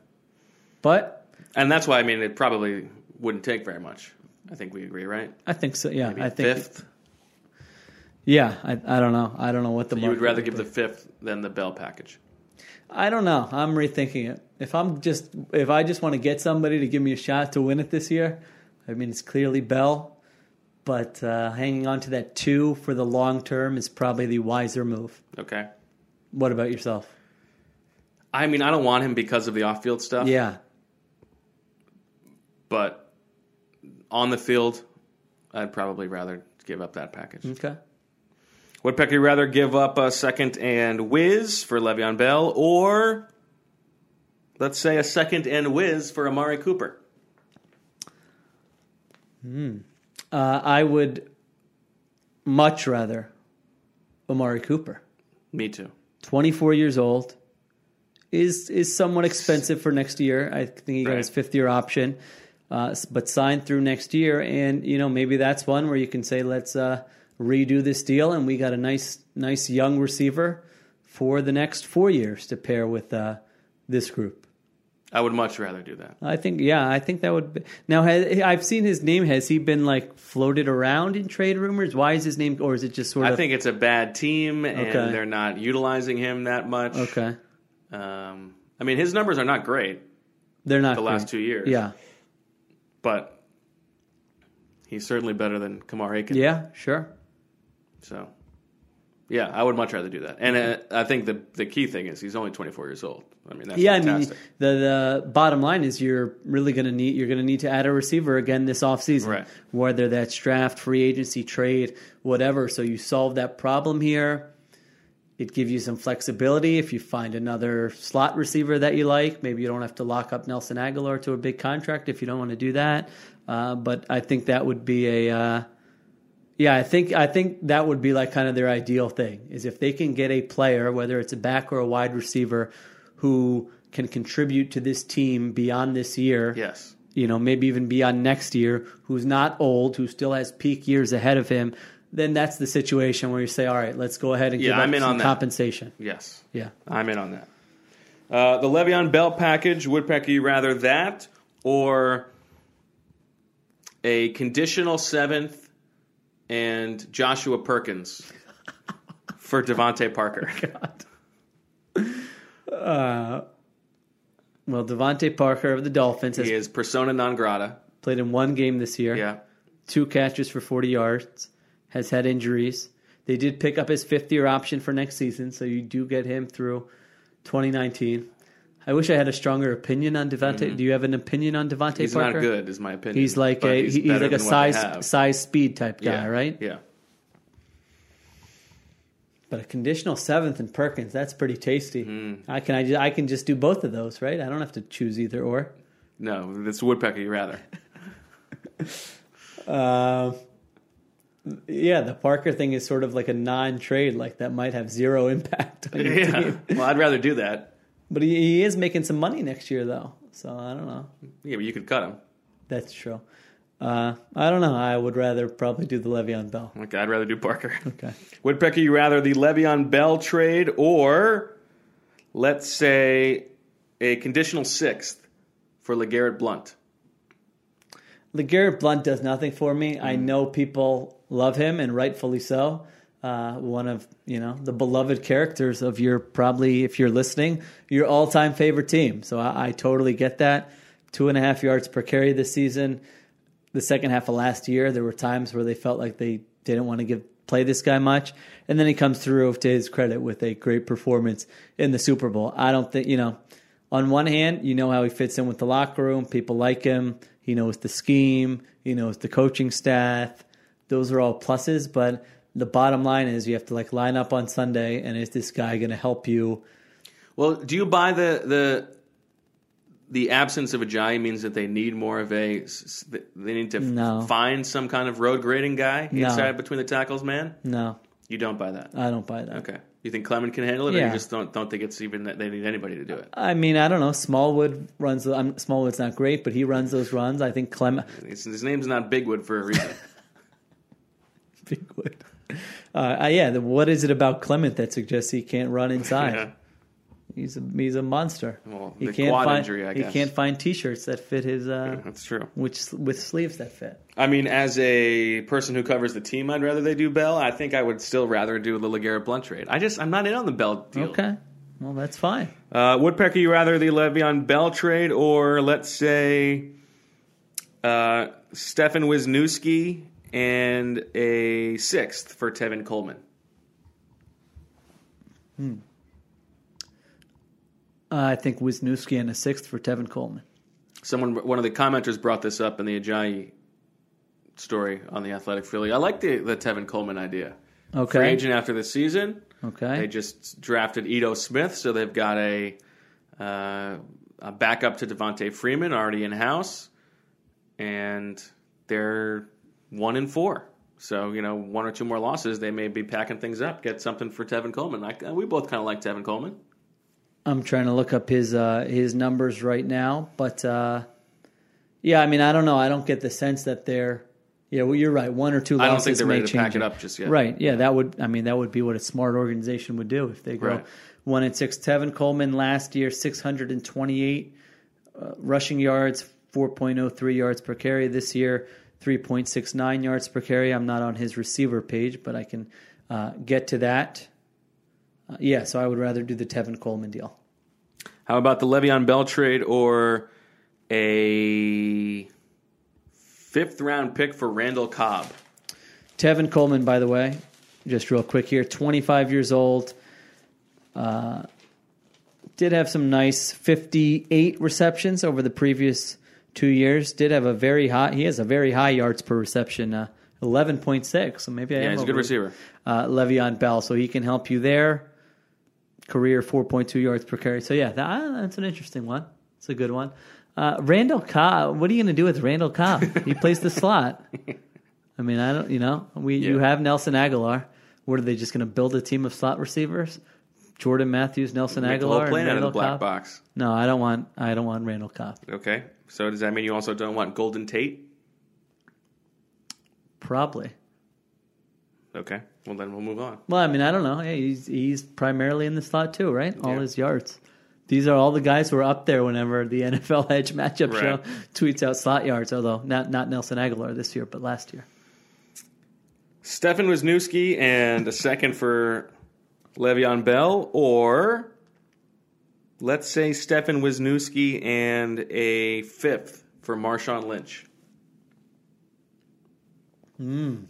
Speaker 4: But
Speaker 3: and that's why I mean it probably wouldn't take very much. I think we agree, right?
Speaker 4: I think so. Yeah.
Speaker 3: Maybe
Speaker 4: I think.
Speaker 3: fifth.
Speaker 4: Yeah. I, I don't know. I don't know what the
Speaker 3: You would
Speaker 4: market
Speaker 3: rather
Speaker 4: be.
Speaker 3: give the fifth than the Bell package.
Speaker 4: I don't know. I'm rethinking it. If I'm just if I just want to get somebody to give me a shot to win it this year, I mean it's clearly Bell, but uh, hanging on to that two for the long term is probably the wiser move.
Speaker 3: Okay.
Speaker 4: What about yourself?
Speaker 3: I mean, I don't want him because of the off-field stuff.
Speaker 4: Yeah,
Speaker 3: But on the field, I'd probably rather give up that package.
Speaker 4: okay.
Speaker 3: Would Pecky rather give up a second and Wiz for Le'Veon Bell, or let's say a second and Wiz for Amari Cooper?
Speaker 4: Uh, I would much rather Amari Cooper,
Speaker 3: Me too.
Speaker 4: 24 years old, is is somewhat expensive for next year. I think he got
Speaker 3: Right.
Speaker 4: his fifth year option, uh, s- but signed through next year. And you know maybe that's one where you can say let's uh, redo this deal, and we got a nice nice young receiver for the next four years to pair with uh, this group.
Speaker 3: I would much rather do that.
Speaker 4: I think yeah, I think that would. Be, now has, I've seen his name. Has he been like floated around in trade rumors? Why is his name, or is it just sort
Speaker 3: I
Speaker 4: of?
Speaker 3: think it's a bad team, and
Speaker 4: Okay.
Speaker 3: they're not utilizing him that much.
Speaker 4: okay,
Speaker 3: Um, I mean, his numbers are not great,
Speaker 4: they're not
Speaker 3: The last
Speaker 4: great.
Speaker 3: two years.
Speaker 4: Yeah,
Speaker 3: but he's certainly better than Kamar Aiken.
Speaker 4: yeah, sure.
Speaker 3: So, yeah, I would much rather do that. And uh, I think the the key thing is he's only 24 years old. I mean, that's
Speaker 4: Yeah,
Speaker 3: fantastic.
Speaker 4: I mean the the bottom line is you're really going to need you're going to need to add a receiver again this offseason.
Speaker 3: Right.
Speaker 4: Whether that's draft, free agency, trade, whatever. So you solve that problem here. It gives you some flexibility if you find another slot receiver that you like. Maybe you don't have to lock up Nelson Aguilar to a big contract if you don't want to do that. Uh, but I think that would be a uh, yeah, I think I think that would be like kind of their ideal thing is if they can get a player, whether it's a back or a wide receiver, who can contribute to this team beyond this year.
Speaker 3: yes.
Speaker 4: You know, maybe even beyond next year, who's not old, who still has peak years ahead of him, then that's the situation where you say, All right, let's go ahead and
Speaker 3: Yeah,
Speaker 4: give up
Speaker 3: I'm in
Speaker 4: some
Speaker 3: on that.
Speaker 4: compensation.
Speaker 3: Yes.
Speaker 4: Yeah.
Speaker 3: I'm in on that. Uh, the Le'Veon Bell package, Woodpecker, you rather that or a conditional seventh and Joshua Perkins for Devontae Parker?
Speaker 4: Well, Devontae Parker of the Dolphins has
Speaker 3: He is persona non grata.
Speaker 4: played in one game this year.
Speaker 3: Yeah.
Speaker 4: two catches for 40 yards, has had injuries. They did pick up his fifth year option for next season, so you do get him through 2019. I wish I had a stronger opinion on Devontae. Do you have an opinion on Devontae
Speaker 3: Mm-hmm. He's
Speaker 4: Parker?
Speaker 3: not good, is my opinion.
Speaker 4: He's like
Speaker 3: but
Speaker 4: a he's,
Speaker 3: better
Speaker 4: like a
Speaker 3: than what they
Speaker 4: size
Speaker 3: have.
Speaker 4: size speed type guy,
Speaker 3: Yeah.
Speaker 4: right?
Speaker 3: Yeah.
Speaker 4: But a conditional seventh and Perkins, that's pretty tasty.
Speaker 3: Mm-hmm.
Speaker 4: I can I, ju- I can just do both of those, right? I don't have to choose either or.
Speaker 3: No, it's Woodpecker, you rather.
Speaker 4: Um, yeah, the Parker thing is sort of like a non-trade, like that might have zero impact on your
Speaker 3: yeah.
Speaker 4: team.
Speaker 3: Well, I'd rather do that.
Speaker 4: But he, he is making some money next year, though. So I don't know.
Speaker 3: Yeah, but you could cut him.
Speaker 4: That's true. Uh, I don't know. I would rather probably do the Le'Veon Bell.
Speaker 3: Like I'd rather do Parker.
Speaker 4: Okay.
Speaker 3: Woodpecker, you rather the Le'Veon Bell trade or let's say a conditional sixth for LeGarrette Blunt?
Speaker 4: LeGarrette Blunt does nothing for me. I know people love him, and rightfully so. Uh, one of you know the beloved characters of your probably if you're listening your all-time favorite team. So I, I totally get that. Two and a half yards per carry this season. The second half of last year, there were times where they felt like they didn't want to give play this guy much, and then he comes through to his credit with a great performance in the Super Bowl. I don't think you know on one hand, you know how he fits in with the locker room. People like him. He knows the scheme. He knows the coaching staff. Those are all pluses. But the bottom line is you have to like line up on Sunday, and is this guy going to help you?
Speaker 3: Well, do you buy the the the absence of Ajayi means that they need more of a s- s- they need to f-
Speaker 4: No.
Speaker 3: find some kind of road grading guy
Speaker 4: No.
Speaker 3: inside between the tackles, man?
Speaker 4: No,
Speaker 3: You don't buy that.
Speaker 4: I don't buy that.
Speaker 3: Okay. You think Clement can handle it, or you
Speaker 4: Yeah.
Speaker 3: just don't don't think it's even that they need anybody to do it?
Speaker 4: I mean, I don't know. Smallwood runs. I'm, Smallwood's not great, but he runs those runs. I think Clem
Speaker 3: His, his name's not Bigwood for a reason.
Speaker 4: Bigwood. Uh, uh, yeah, the, what is it about Clement that suggests he can't run inside?
Speaker 3: Yeah.
Speaker 4: He's a he's a monster.
Speaker 3: Well,
Speaker 4: he
Speaker 3: the
Speaker 4: can't
Speaker 3: quad
Speaker 4: find
Speaker 3: injury, I
Speaker 4: he
Speaker 3: guess.
Speaker 4: can't find t-shirts that fit his uh,
Speaker 3: That's true.
Speaker 4: which with sleeves that fit.
Speaker 3: I mean, as a person who covers the team, I'd rather they do Bell. I think I would still rather do the LeGarrette Blunt trade. I just I'm not in on the Bell deal.
Speaker 4: Okay, well that's fine.
Speaker 3: Uh, Woodpecker, you rather the Le'Veon Bell trade or let's say uh, Stefan Wisniewski and a sixth for Tevin Coleman?
Speaker 4: Uh, I think Wisniewski and a sixth for Tevin Coleman.
Speaker 3: Someone, one of the commenters brought this up in the Ajayi story on the Athletic Philly. I like the, the Tevin Coleman idea.
Speaker 4: Okay,
Speaker 3: Free agent after the season.
Speaker 4: okay,
Speaker 3: They just drafted Ito Smith, so they've got a, uh, a backup to Devontae Freeman already in house, and they're one in four. So you know, one or two more losses, they may be packing things up, get something for Tevin Coleman. I, we both kind of like Tevin Coleman.
Speaker 4: I'm trying to look up his uh, his numbers right now, but uh, yeah, I mean, I don't know. I don't get the sense that they're. Yeah, well, you're right. One or two
Speaker 3: I
Speaker 4: losses
Speaker 3: don't think they're
Speaker 4: may
Speaker 3: ready to
Speaker 4: change
Speaker 3: pack it up just yet.
Speaker 4: Right? Yeah, that would. I mean, that would be what a smart organization would do if they go
Speaker 3: Right.
Speaker 4: one and six. Tevin Coleman last year, 628 uh, rushing yards, 4.03 yards per carry. This year, 3.69 yards per carry. I'm not on his receiver page, but I can uh, get to that. Uh, yeah, so I would rather do the Tevin Coleman deal.
Speaker 3: How about the Le'Veon Bell trade or a fifth round pick for Randall Cobb?
Speaker 4: Tevin Coleman, by the way, just real quick here, 25 years old. Uh, did have some nice 58 receptions over the previous two years. Did have a very high. He has a very high yards per reception, uh, 11.6. So maybe I
Speaker 3: Yeah,
Speaker 4: am
Speaker 3: he's a good
Speaker 4: over-
Speaker 3: receiver.
Speaker 4: Uh, Le'Veon Bell, so he can help you there. Career 4.2 yards per carry. So yeah, that, ah, that's an interesting one. It's a good one. Uh, Randall Cobb. What are you going to do with Randall Cobb? He plays the slot. I mean, I don't, you know, we you
Speaker 3: Yeah.
Speaker 4: have Nelson Aguilar. What are they just going to build a team of slot receivers? Jordan Matthews, Nelson
Speaker 3: Make the
Speaker 4: Aguilar,
Speaker 3: whole plane
Speaker 4: and
Speaker 3: out of the black
Speaker 4: Randall Cobb.
Speaker 3: box.
Speaker 4: No, I don't want. I don't want Randall Cobb.
Speaker 3: Okay, so does that mean you also don't want Golden Tate?
Speaker 4: Probably.
Speaker 3: Okay. Well, then we'll move on.
Speaker 4: Well, I mean, I don't know. Yeah, he's he's primarily in the slot too, right? All
Speaker 3: Yeah.
Speaker 4: his yards. These are all the guys who are up there whenever the NFL Edge matchup
Speaker 3: Right.
Speaker 4: show tweets out slot yards. Although not not Nelson Aguilar this year, but last year.
Speaker 3: Stefan Wisniewski and a second for Le'Veon Bell, or let's say Stefan Wisniewski and a fifth for Marshawn Lynch.
Speaker 4: It's, an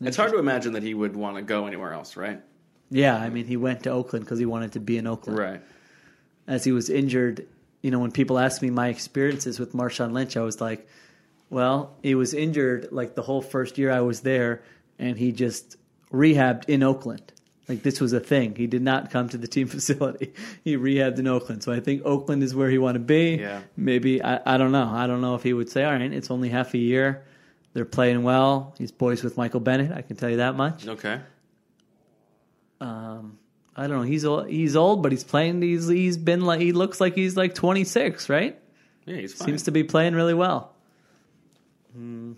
Speaker 3: It's hard to imagine that he would want to go anywhere else, right?
Speaker 4: Yeah, I mean, he went to Oakland because he wanted to be in Oakland.
Speaker 3: Right.
Speaker 4: As he was injured, you know, when people ask me my experiences with Marshawn Lynch, I was like, well, he was injured like the whole first year I was there, and he just rehabbed in Oakland. Like this was a thing. He did not come to the team facility. He rehabbed in Oakland. So I think Oakland is where he want to be.
Speaker 3: Yeah.
Speaker 4: Maybe I, I don't know. I don't know if he would say, all right, it's only half a year. They're playing well. He's boys with Michael Bennett. I can tell you that much.
Speaker 3: Okay.
Speaker 4: I don't know. He's old, he's old, but he's playing. He's he's been like he looks like he's like 26, right?
Speaker 3: Yeah, he's fine.
Speaker 4: Seems to be playing really well. Hmm.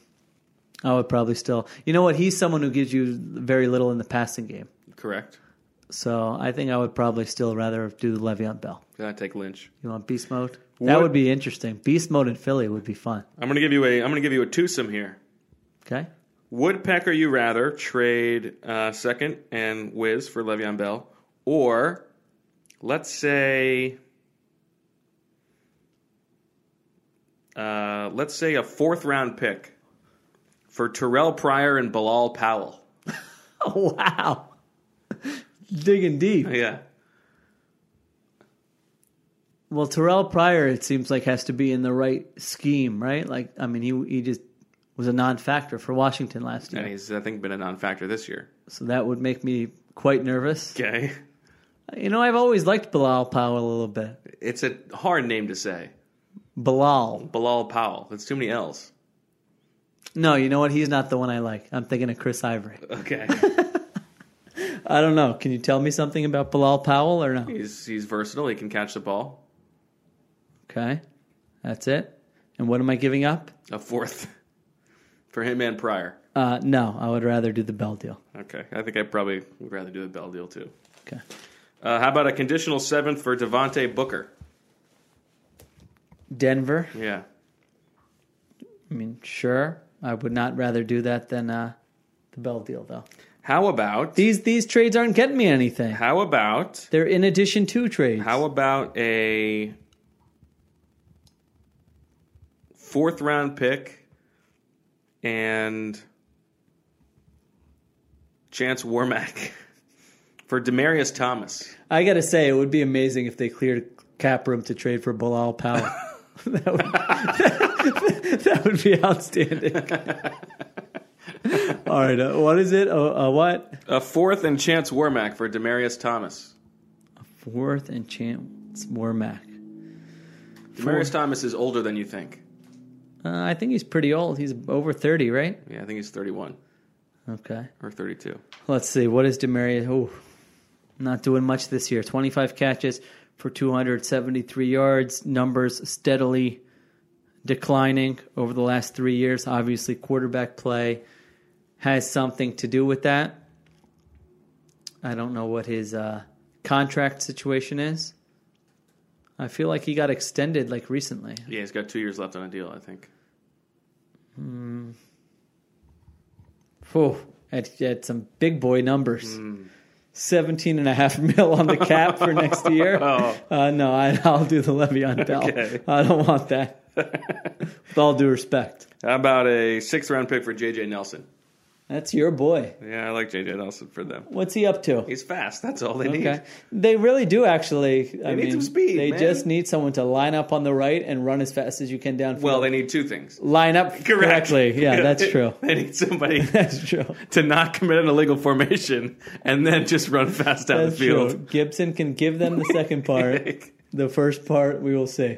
Speaker 4: I would probably still. You know what? He's someone who gives you very little in the passing game.
Speaker 3: Correct.
Speaker 4: So I think I would probably still rather do the Le'Veon Bell.
Speaker 3: Can I take Lynch?
Speaker 4: You want beast mode? That
Speaker 3: What-
Speaker 4: would be interesting. Beast mode in Philly would be fun.
Speaker 3: I'm gonna give you a I'm gonna give you a twosome here.
Speaker 4: Okay.
Speaker 3: Woodpecker, you rather trade uh, second and Wiz for Le'Veon Bell, or let's say, uh, let's say a fourth round pick for Terrell Pryor and Bilal Powell.
Speaker 4: Oh, wow. Digging deep.
Speaker 3: Yeah,
Speaker 4: Well, Terrell Pryor, it seems like, has to be in the right scheme, right? Like, I mean, he he just was a non-factor for Washington last year,
Speaker 3: and he's I think been a non-factor this year.
Speaker 4: so that would make me quite nervous.
Speaker 3: Okay,
Speaker 4: You know, I've always liked Bilal Powell a little bit.
Speaker 3: it's a hard name to say.
Speaker 4: Bilal.
Speaker 3: Bilal Powell. That's too many L's.
Speaker 4: No, you know what? He's not the one I like. I'm thinking of Chris Ivory.
Speaker 3: Okay,
Speaker 4: I don't know. Can you tell me something about Bilal Powell or no?
Speaker 3: he's he's versatile. He can catch the ball.
Speaker 4: Okay, that's it. And what am I giving up?
Speaker 3: A fourth for him and Pryor.
Speaker 4: Uh, no, I would rather do the Bell deal.
Speaker 3: Okay, I think I probably would rather do the Bell deal too.
Speaker 4: Okay.
Speaker 3: Uh, how about a conditional seventh for Devonte Booker?
Speaker 4: Denver.
Speaker 3: Yeah,
Speaker 4: I mean, sure. I would not rather do that than uh, the Bell deal, though.
Speaker 3: how about
Speaker 4: These these trades aren't getting me anything.
Speaker 3: how about
Speaker 4: They're in addition to trades.
Speaker 3: how about a fourth round pick and Chance Warmack for Demarius Thomas?
Speaker 4: I gotta say, it would be amazing if they cleared cap room to trade for Bilal Powell. that, would, that would be outstanding. All right, uh, what is it? Uh, uh, what
Speaker 3: A fourth and Chance Warmack for Demarius Thomas.
Speaker 4: fourth and chance Warmack?
Speaker 3: Demarius Thomas is older than you think.
Speaker 4: Uh, I think he's pretty old. He's over thirty, right?
Speaker 3: Yeah, I think he's thirty-one
Speaker 4: Okay.
Speaker 3: or thirty-two.
Speaker 4: Let's see. What is Demarius? Oh, not doing much this year. 25 catches for 273 yards. Numbers steadily declining over the last three years. Obviously, quarterback play has something to do with that. I don't know what his uh, contract situation is. I feel like he got extended like recently.
Speaker 3: Yeah, he's got two years left on a deal, I think.
Speaker 4: Whew, at, at some big boy numbers.
Speaker 3: Hmm.
Speaker 4: 17 and a half mil on the cap for next year.
Speaker 3: Oh.
Speaker 4: Uh, no, I, I'll do the Le'Veon Bell. I don't want that. With all due respect.
Speaker 3: How about a sixth round pick for JJ Nelson?
Speaker 4: That's your boy.
Speaker 3: Yeah, I like JJ Nelson for them.
Speaker 4: What's he up to?
Speaker 3: He's fast. That's all they
Speaker 4: Okay.
Speaker 3: need.
Speaker 4: They really do actually. They I
Speaker 3: need
Speaker 4: mean,
Speaker 3: some speed,
Speaker 4: They
Speaker 3: man.
Speaker 4: just need someone to line up on the right and run as fast as you can downfield.
Speaker 3: Well, they need two things.
Speaker 4: line up correctly. Yeah, that's true.
Speaker 3: they need somebody
Speaker 4: That's true.
Speaker 3: to not commit an illegal formation and then just run fast down
Speaker 4: That's
Speaker 3: the field.
Speaker 4: true. Gibson can give them the second part. the first part, we will see.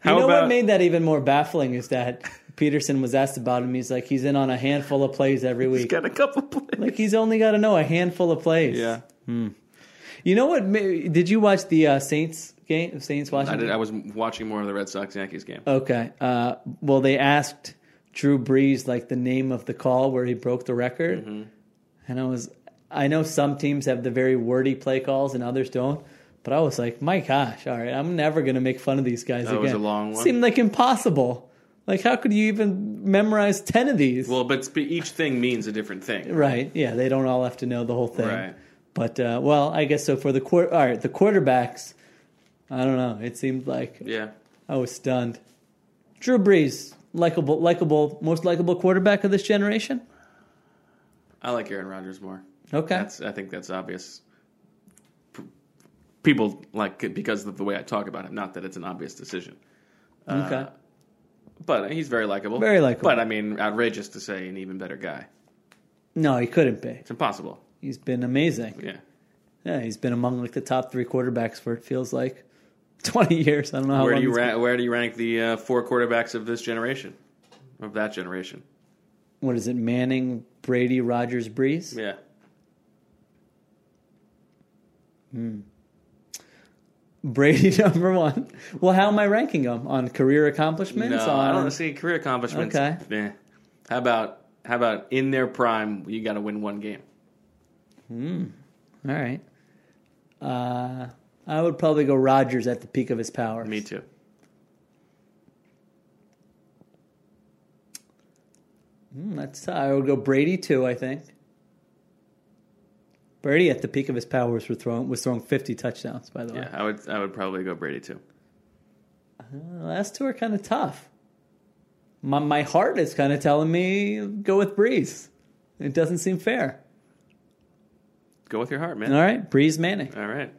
Speaker 3: How
Speaker 4: you know
Speaker 3: about
Speaker 4: what made that even more baffling is that Peterson was asked about him. He's like, he's in on a handful of plays every
Speaker 3: he's
Speaker 4: week.
Speaker 3: got a couple plays?
Speaker 4: Like he's only got to know a handful of plays.
Speaker 3: yeah,
Speaker 4: You know what? ma- Did you watch the uh, Saints game? Saints
Speaker 3: I
Speaker 4: Washington.
Speaker 3: did. I was watching more of the Red Sox Yankees game.
Speaker 4: Okay. Uh, well, they asked Drew Brees like the name of the call where he broke the record,
Speaker 3: Mm-hmm.
Speaker 4: and I was. I know some teams have the very wordy play calls and others don't, but I was like, my gosh, all right, I'm never going to make fun of these guys
Speaker 3: That
Speaker 4: again.
Speaker 3: was a long one.
Speaker 4: Seemed like impossible. Like, how could you even memorize ten of these?
Speaker 3: Well, but spe- each thing means a different thing,
Speaker 4: right? Yeah, they don't all have to know the whole thing.
Speaker 3: right?
Speaker 4: But uh, well, I guess so. For the quar- all right, the quarterbacks. I don't know. It seemed like
Speaker 3: Yeah,
Speaker 4: I was stunned. Drew Brees, likable, likable, most likable quarterback of this generation.
Speaker 3: I like Aaron Rodgers more.
Speaker 4: Okay,
Speaker 3: That's I think that's obvious. P- People like it because of the way I talk about him. Not that it's an obvious decision, uh,
Speaker 4: okay.
Speaker 3: but he's very likable.
Speaker 4: Very likable.
Speaker 3: But I mean, outrageous to say an even better guy.
Speaker 4: no, he couldn't be.
Speaker 3: It's impossible.
Speaker 4: He's been amazing.
Speaker 3: Yeah.
Speaker 4: Yeah, he's been among like the top three quarterbacks for it feels like twenty years. I don't know how
Speaker 3: Where
Speaker 4: long.
Speaker 3: do you
Speaker 4: it's
Speaker 3: ra- Where do you rank the uh, four quarterbacks of this generation, of that generation?
Speaker 4: been- What is it? Manning, Brady, Rogers, Brees.
Speaker 3: Yeah.
Speaker 4: Brady number one. Well, how am I ranking them on career accomplishments?
Speaker 3: No,
Speaker 4: on,
Speaker 3: I don't see career accomplishments.
Speaker 4: Okay.
Speaker 3: Eh. How about how about in their prime? You got to win one game.
Speaker 4: All right. Uh, I would probably go Rodgers at the peak of his power.
Speaker 3: Me too.
Speaker 4: Hmm, that's I would go Brady too. I think Brady at the peak of his powers was throwing was throwing fifty touchdowns. By the way,
Speaker 3: Yeah, I would. I would probably go Brady too.
Speaker 4: the last two are kind of tough. My my heart is kind of telling me go with Breeze. It doesn't seem fair.
Speaker 3: Go with your heart, man.
Speaker 4: All right, Breeze Manning.
Speaker 3: All right.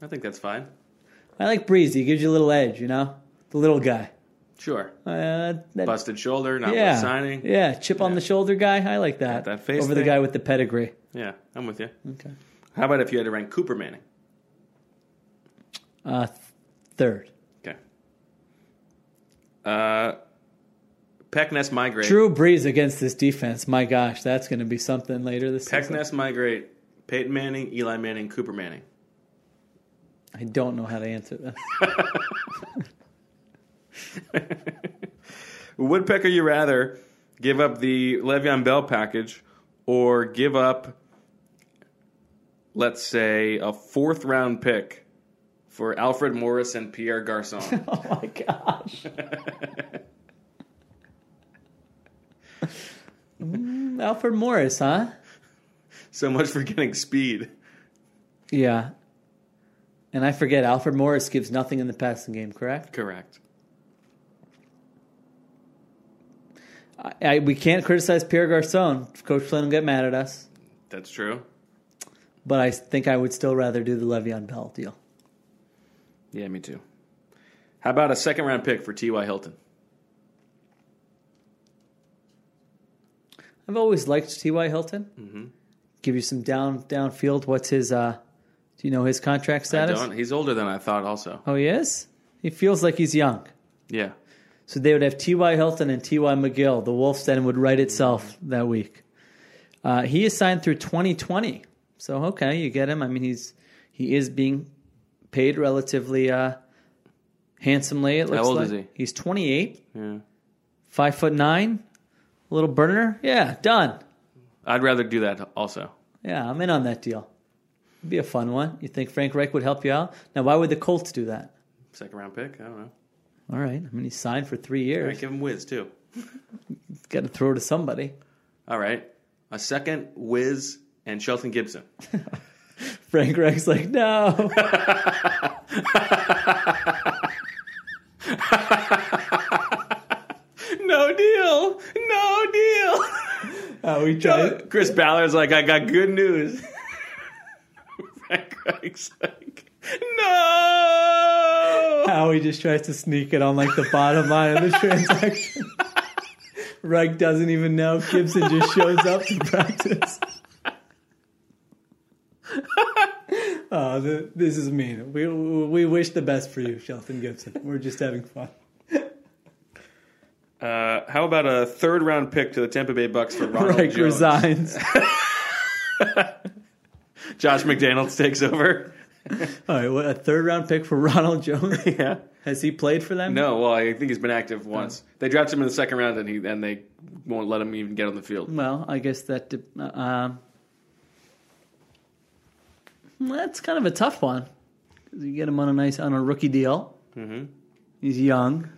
Speaker 3: I think that's fine.
Speaker 4: I like Breeze. He gives you a little edge, you know, the little guy.
Speaker 3: Sure.
Speaker 4: Uh, that-
Speaker 3: Busted shoulder, not
Speaker 4: yeah,
Speaker 3: worth signing.
Speaker 4: yeah, chip on the shoulder guy. I like that.
Speaker 3: that face
Speaker 4: over the
Speaker 3: thing.
Speaker 4: guy with the pedigree.
Speaker 3: Yeah, I'm with you.
Speaker 4: Okay,
Speaker 3: How about if you had to rank Cooper Manning?
Speaker 4: uh, th- third.
Speaker 3: Okay. Uh, Peckness migrate.
Speaker 4: Drew Brees against this defense. My gosh, that's going to be something later this season.
Speaker 3: Peckness migrate. Peyton Manning, Eli Manning, Cooper Manning.
Speaker 4: I don't know how to answer that.
Speaker 3: Woodpecker, you rather give up the Le'Veon Bell package or give up, let's say, a fourth round pick for Alfred Morris and Pierre Garcon?
Speaker 4: oh my gosh. Mm, Alfred Morris, huh?
Speaker 3: so much for getting speed.
Speaker 4: Yeah. And I forget Alfred Morris gives nothing in the passing game, correct?
Speaker 3: Correct.
Speaker 4: I, I, we can't criticize Pierre Garcon. Coach Flynn will get mad at us,
Speaker 3: That's true.
Speaker 4: but I think I would still rather do the Le'Veon Bell deal.
Speaker 3: Yeah, me too. How about a second round pick for T.Y. Hilton?
Speaker 4: I've always liked T.Y. Hilton.
Speaker 3: Mm-hmm.
Speaker 4: Give you some down downfield. What's his? uh Do you know his contract
Speaker 3: I
Speaker 4: status?
Speaker 3: don't. He's older than I thought, also.
Speaker 4: Oh, he is. He feels like he's young.
Speaker 3: Yeah.
Speaker 4: So they would have T.Y. Hilton and T.Y. McGill. The Wolf's Den would write itself
Speaker 3: Mm-hmm.
Speaker 4: that week. Uh, he is signed through 2020. So okay, you get him. I mean, he's he is being paid relatively uh, handsomely. It looks
Speaker 3: old
Speaker 4: like.
Speaker 3: is he?
Speaker 4: He's 28.
Speaker 3: Yeah.
Speaker 4: Five foot nine. Little burner. Yeah, done.
Speaker 3: I'd rather do that also.
Speaker 4: Yeah, I'm in on that deal. It'd be a fun one. You think Frank Reich would help you out? Now, why would the Colts do that?
Speaker 3: Second round pick? I don't know.
Speaker 4: All right. I mean, he signed for three
Speaker 3: All
Speaker 4: years.
Speaker 3: right, give him whiz, too.
Speaker 4: Got to throw to somebody.
Speaker 3: All right. A second whiz and Shelton Gibson.
Speaker 4: Frank Reich's like, no.
Speaker 3: No deal. No deal.
Speaker 4: Uh, we tried.
Speaker 3: Chris Ballard's like, I got good news. Frank Reich's like, no.
Speaker 4: Howie just tries to sneak it on like the bottom line of the transaction. Reich doesn't even know. Gibson just shows up to practice. oh, th- this is mean. We, we wish the best for you, Shelton Gibson. We're just having fun.
Speaker 3: Uh, how about a third round pick to the Tampa Bay Bucks for Ronald
Speaker 4: Reich
Speaker 3: Jones?
Speaker 4: resigns.
Speaker 3: Josh McDaniels takes over.
Speaker 4: All right, what, a third round pick for Ronald Jones?
Speaker 3: Yeah.
Speaker 4: Has he played for them?
Speaker 3: No, well, I think he's been active once. They drafted him in the second round, and he and they won't let him even get on the field.
Speaker 4: Well, I guess that. De- uh, um, that's kind of a tough one. 'Cause You get him on a nice on a rookie deal. Mm-hmm. He's young.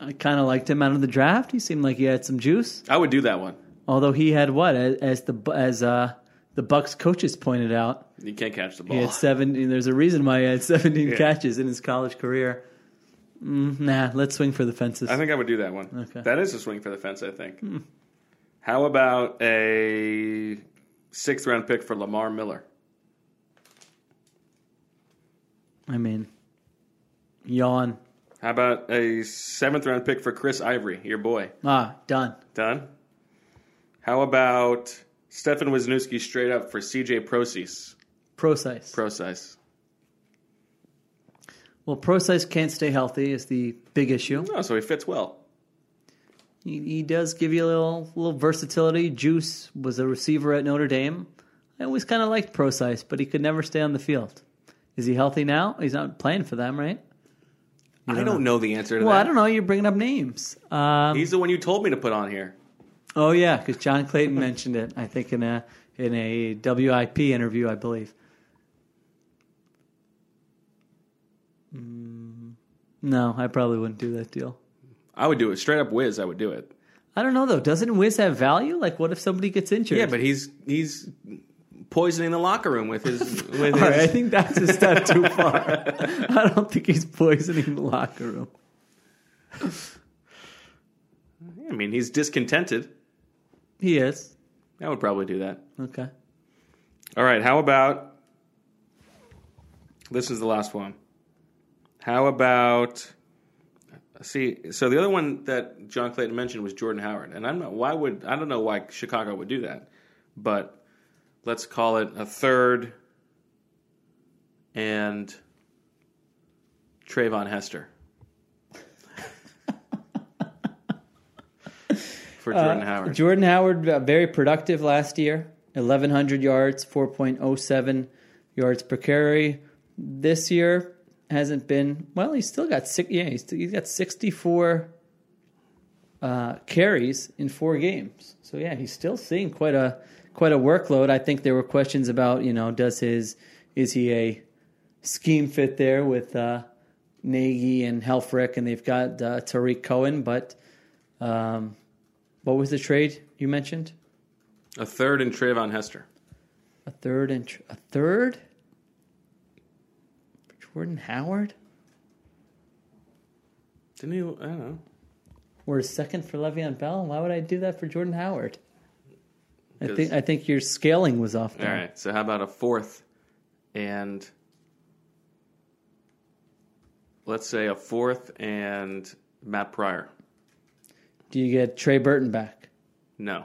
Speaker 4: I kind of liked him out of the draft. He seemed like he had some juice.
Speaker 3: I would do that one.
Speaker 4: Although he had what as, as the Bu- as uh, the Bucks coaches pointed out,
Speaker 3: You can't catch the
Speaker 4: he
Speaker 3: ball.
Speaker 4: had seven. There's a reason why he had 17 catches in his college career. Mm, nah, let's swing for the fences.
Speaker 3: I think I would do that one.
Speaker 4: Okay. Hmm.
Speaker 3: That is a swing for the fence, I think. How about a sixth round pick for Lamar Miller?
Speaker 4: I mean, yawn.
Speaker 3: How about a seventh round pick for Chris Ivory, your boy?
Speaker 4: Ah, done.
Speaker 3: Done. How about Stefan Wisniewski straight up for CJ Procyse?
Speaker 4: Procise.
Speaker 3: Procyse.
Speaker 4: well, Procise can't stay healthy is the big issue.
Speaker 3: Oh, so he fits well.
Speaker 4: He, he does give you a little little versatility. Juice was a receiver at Notre Dame. I always kind of liked Procyse, but he could never stay on the field. Is he healthy now? He's not playing for them, right?
Speaker 3: I don't know the answer to
Speaker 4: Well,
Speaker 3: that.
Speaker 4: I don't know. You're bringing up names. Um,
Speaker 3: He's the one you told me to put on here.
Speaker 4: oh yeah, because John Clayton mentioned it. I think in a in a WIP interview, I believe. Mm, No, I probably wouldn't do that deal.
Speaker 3: I would do it straight up. Whiz, I would do it.
Speaker 4: I don't know though. Doesn't Wiz have value? Like, what if somebody gets injured?
Speaker 3: Yeah, but he's he's poisoning the locker room with his with his.
Speaker 4: All right, I think that's a step too far. I don't think he's poisoning the locker room.
Speaker 3: I mean, he's discontented.
Speaker 4: He is.
Speaker 3: I would probably do that.
Speaker 4: Okay.
Speaker 3: All right. How about this is the last one. How about see? So the other one that John Clayton mentioned was Jordan Howard, and I'm not. Why would I don't know why Chicago would do that, but let's call it a third and Trayvon Hester for Jordan Howard.
Speaker 4: Jordan Howard, uh, very productive last year. 1,100 yards, 4.07 yards per carry. This year hasn't been, well, he's still got six, yeah, he's, he's got 64 uh, carries in four games. So yeah, he's still seeing quite a, quite a workload. I think there were questions about, you know, does his, is he a scheme fit there with uh, Nagy and Helfrich and they've got uh, Tariq Cohen, but, um, what was the trade you mentioned?
Speaker 3: a third and Trayvon Hester.
Speaker 4: A third and tr- a third? Jordan Howard?
Speaker 3: Didn't he? I don't know.
Speaker 4: Or a second for Le'Veon Bell? Why would I do that for Jordan Howard? I
Speaker 3: 'Cause-
Speaker 4: think I think your scaling was off
Speaker 3: All
Speaker 4: there.
Speaker 3: right. So how about a fourth and let's say a fourth and Matt Pryor.
Speaker 4: Do you get Trey Burton back?
Speaker 3: No.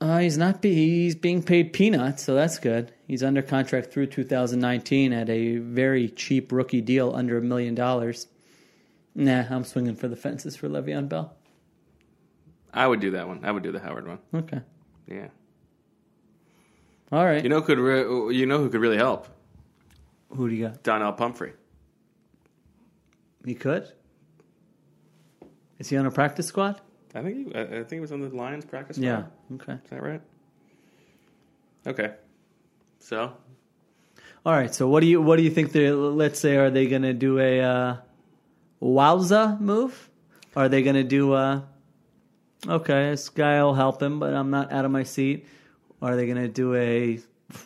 Speaker 4: Uh, he's not. Be- he's being paid peanuts, so that's good. He's under contract through 2019 at a very cheap rookie deal, under a million dollars. Nah, I'm swinging for the fences for Le'Veon Bell.
Speaker 3: I would do that one. I would do the Howard one.
Speaker 4: Okay,
Speaker 3: Yeah.
Speaker 4: all right.
Speaker 3: You know could re- you know who could really help?
Speaker 4: Who do you got?
Speaker 3: Donnell Pumphrey.
Speaker 4: He could. Is he on a practice squad?
Speaker 3: I think he, I I think he was on the Lions practice.
Speaker 4: Yeah.
Speaker 3: squad.
Speaker 4: Okay.
Speaker 3: Is that right? Okay. So
Speaker 4: All right. So what do you what do you think they let's say are they going to do a uh, wowza move? Are they going to do a okay? This guy will help him, but I'm not out of my seat. Are they going to do a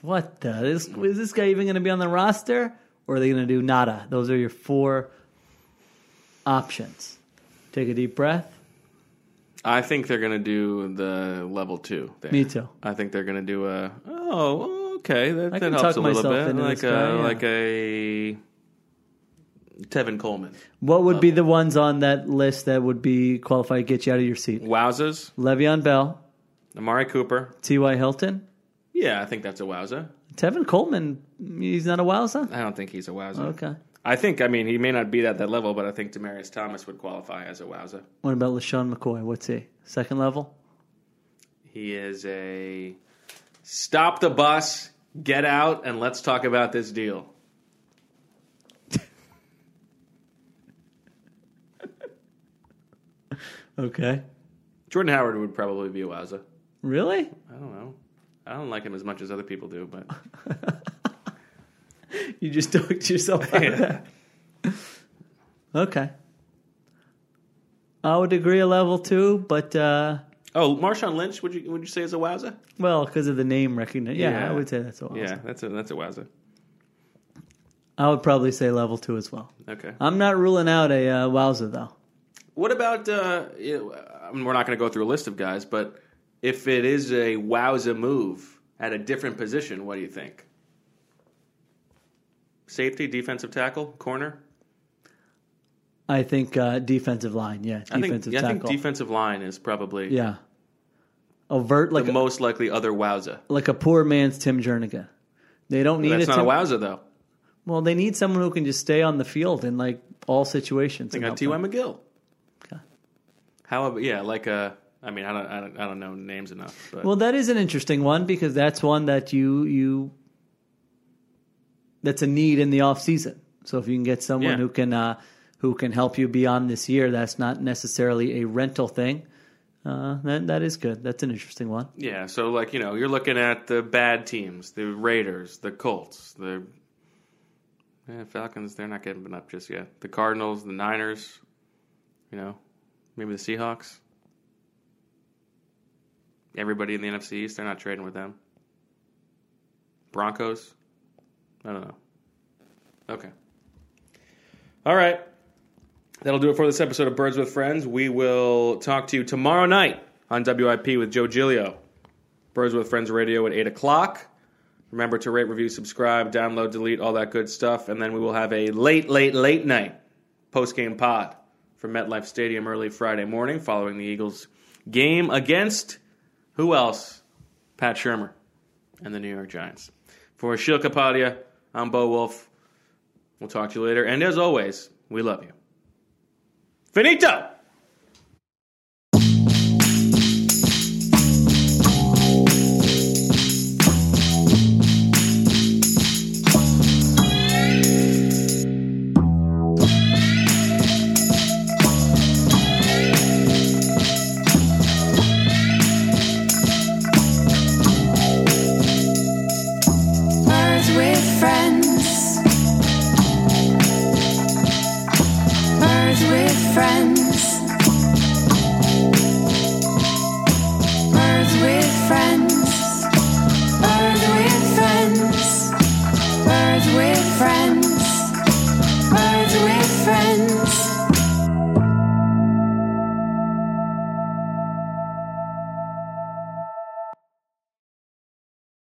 Speaker 4: what the is, is this guy even going to be on the roster? Or are they going to do nada? Those are your four options. Take a deep breath.
Speaker 3: I think they're gonna do the level two. There.
Speaker 4: Me too.
Speaker 3: I think they're gonna do a oh okay that,
Speaker 4: I
Speaker 3: that
Speaker 4: can
Speaker 3: helps
Speaker 4: talk
Speaker 3: a little
Speaker 4: myself
Speaker 3: bit
Speaker 4: into
Speaker 3: like
Speaker 4: this guy,
Speaker 3: a
Speaker 4: yeah.
Speaker 3: like a Tevin Coleman
Speaker 4: What would be the ones on that list that would be qualified to get you out of your seat?
Speaker 3: wowzers
Speaker 4: Le'Veon Bell,
Speaker 3: Amari Cooper
Speaker 4: T.Y. Hilton,
Speaker 3: yeah I think that's a wowza
Speaker 4: Tevin Coleman. He's not a wowza.
Speaker 3: I don't think he's a wowza
Speaker 4: Okay.
Speaker 3: I think I mean he may not be at that level but I think Demarius Thomas would qualify as a wowza
Speaker 4: What about LaShawn McCoy? What's he? Second level?
Speaker 3: he is a stop the bus get out and let's talk about this deal
Speaker 4: Okay.
Speaker 3: Jordan Howard would probably be a wowza
Speaker 4: Really?
Speaker 3: I don't know I don't like him as much as other people do but.
Speaker 4: You just talked yourself out of that. Okay. I would agree a level two, but, uh,
Speaker 3: Oh, Marshawn Lynch, would you would you say is a wowza?
Speaker 4: well, because of the name recognition. Yeah,
Speaker 3: Yeah.
Speaker 4: I would say that's a wowza.
Speaker 3: Yeah, that's a that's a wowza.
Speaker 4: I would probably say level two as well.
Speaker 3: Okay.
Speaker 4: I'm not ruling out a uh, wowza, though.
Speaker 3: What about? Uh, you- I mean, we're not going to go through a list of guys, but if it is a wowza move at a different position, what do you think? Safety, defensive tackle, corner.
Speaker 4: I think uh, defensive line. Yeah,
Speaker 3: I think,
Speaker 4: defensive
Speaker 3: yeah, I think
Speaker 4: tackle.
Speaker 3: defensive line is probably
Speaker 4: yeah, overt like
Speaker 3: the
Speaker 4: a,
Speaker 3: most likely other wowza.
Speaker 4: like a poor man's Tim Jernigan. They don't need
Speaker 3: That's
Speaker 4: a
Speaker 3: not a
Speaker 4: Tim-
Speaker 3: wowza though.
Speaker 4: Well, they need someone who can just stay on the field in like all situations.
Speaker 3: They
Speaker 4: and
Speaker 3: got
Speaker 4: help
Speaker 3: T.Y.
Speaker 4: them.
Speaker 3: McGill.
Speaker 4: Okay.
Speaker 3: How about yeah, like a I mean, I don't, I don't, I don't know names enough. But
Speaker 4: Well, that is an interesting one because that's one that you you that's a need in the off season. So if you can get someone
Speaker 3: Yeah.
Speaker 4: who can uh, who can help you beyond this year, that's not necessarily a rental thing. Uh, that that is good. That's an interesting one.
Speaker 3: yeah, so like you know, you're looking at the bad teams, the Raiders, the Colts, the eh, Falcons. They're not getting up just yet. The Cardinals, the Niners. You know, maybe the Seahawks. Everybody in the NFC East, they're not trading with them. Broncos. I don't know. Okay. All right. That'll do it for this episode of Birds with Friends. We will talk to you tomorrow night on WIP with Joe Giglio. Birds with Friends Radio at 8 o'clock. Remember to rate, review, subscribe, download, delete, all that good stuff. And then we will have a late, late, late night post game pod from MetLife Stadium early Friday morning following the Eagles game against who else? Pat Shermer and the New York Giants. For Shil Kapadia, I'm Bo Wolf. We'll talk to you later. And as always, we love you. Finito!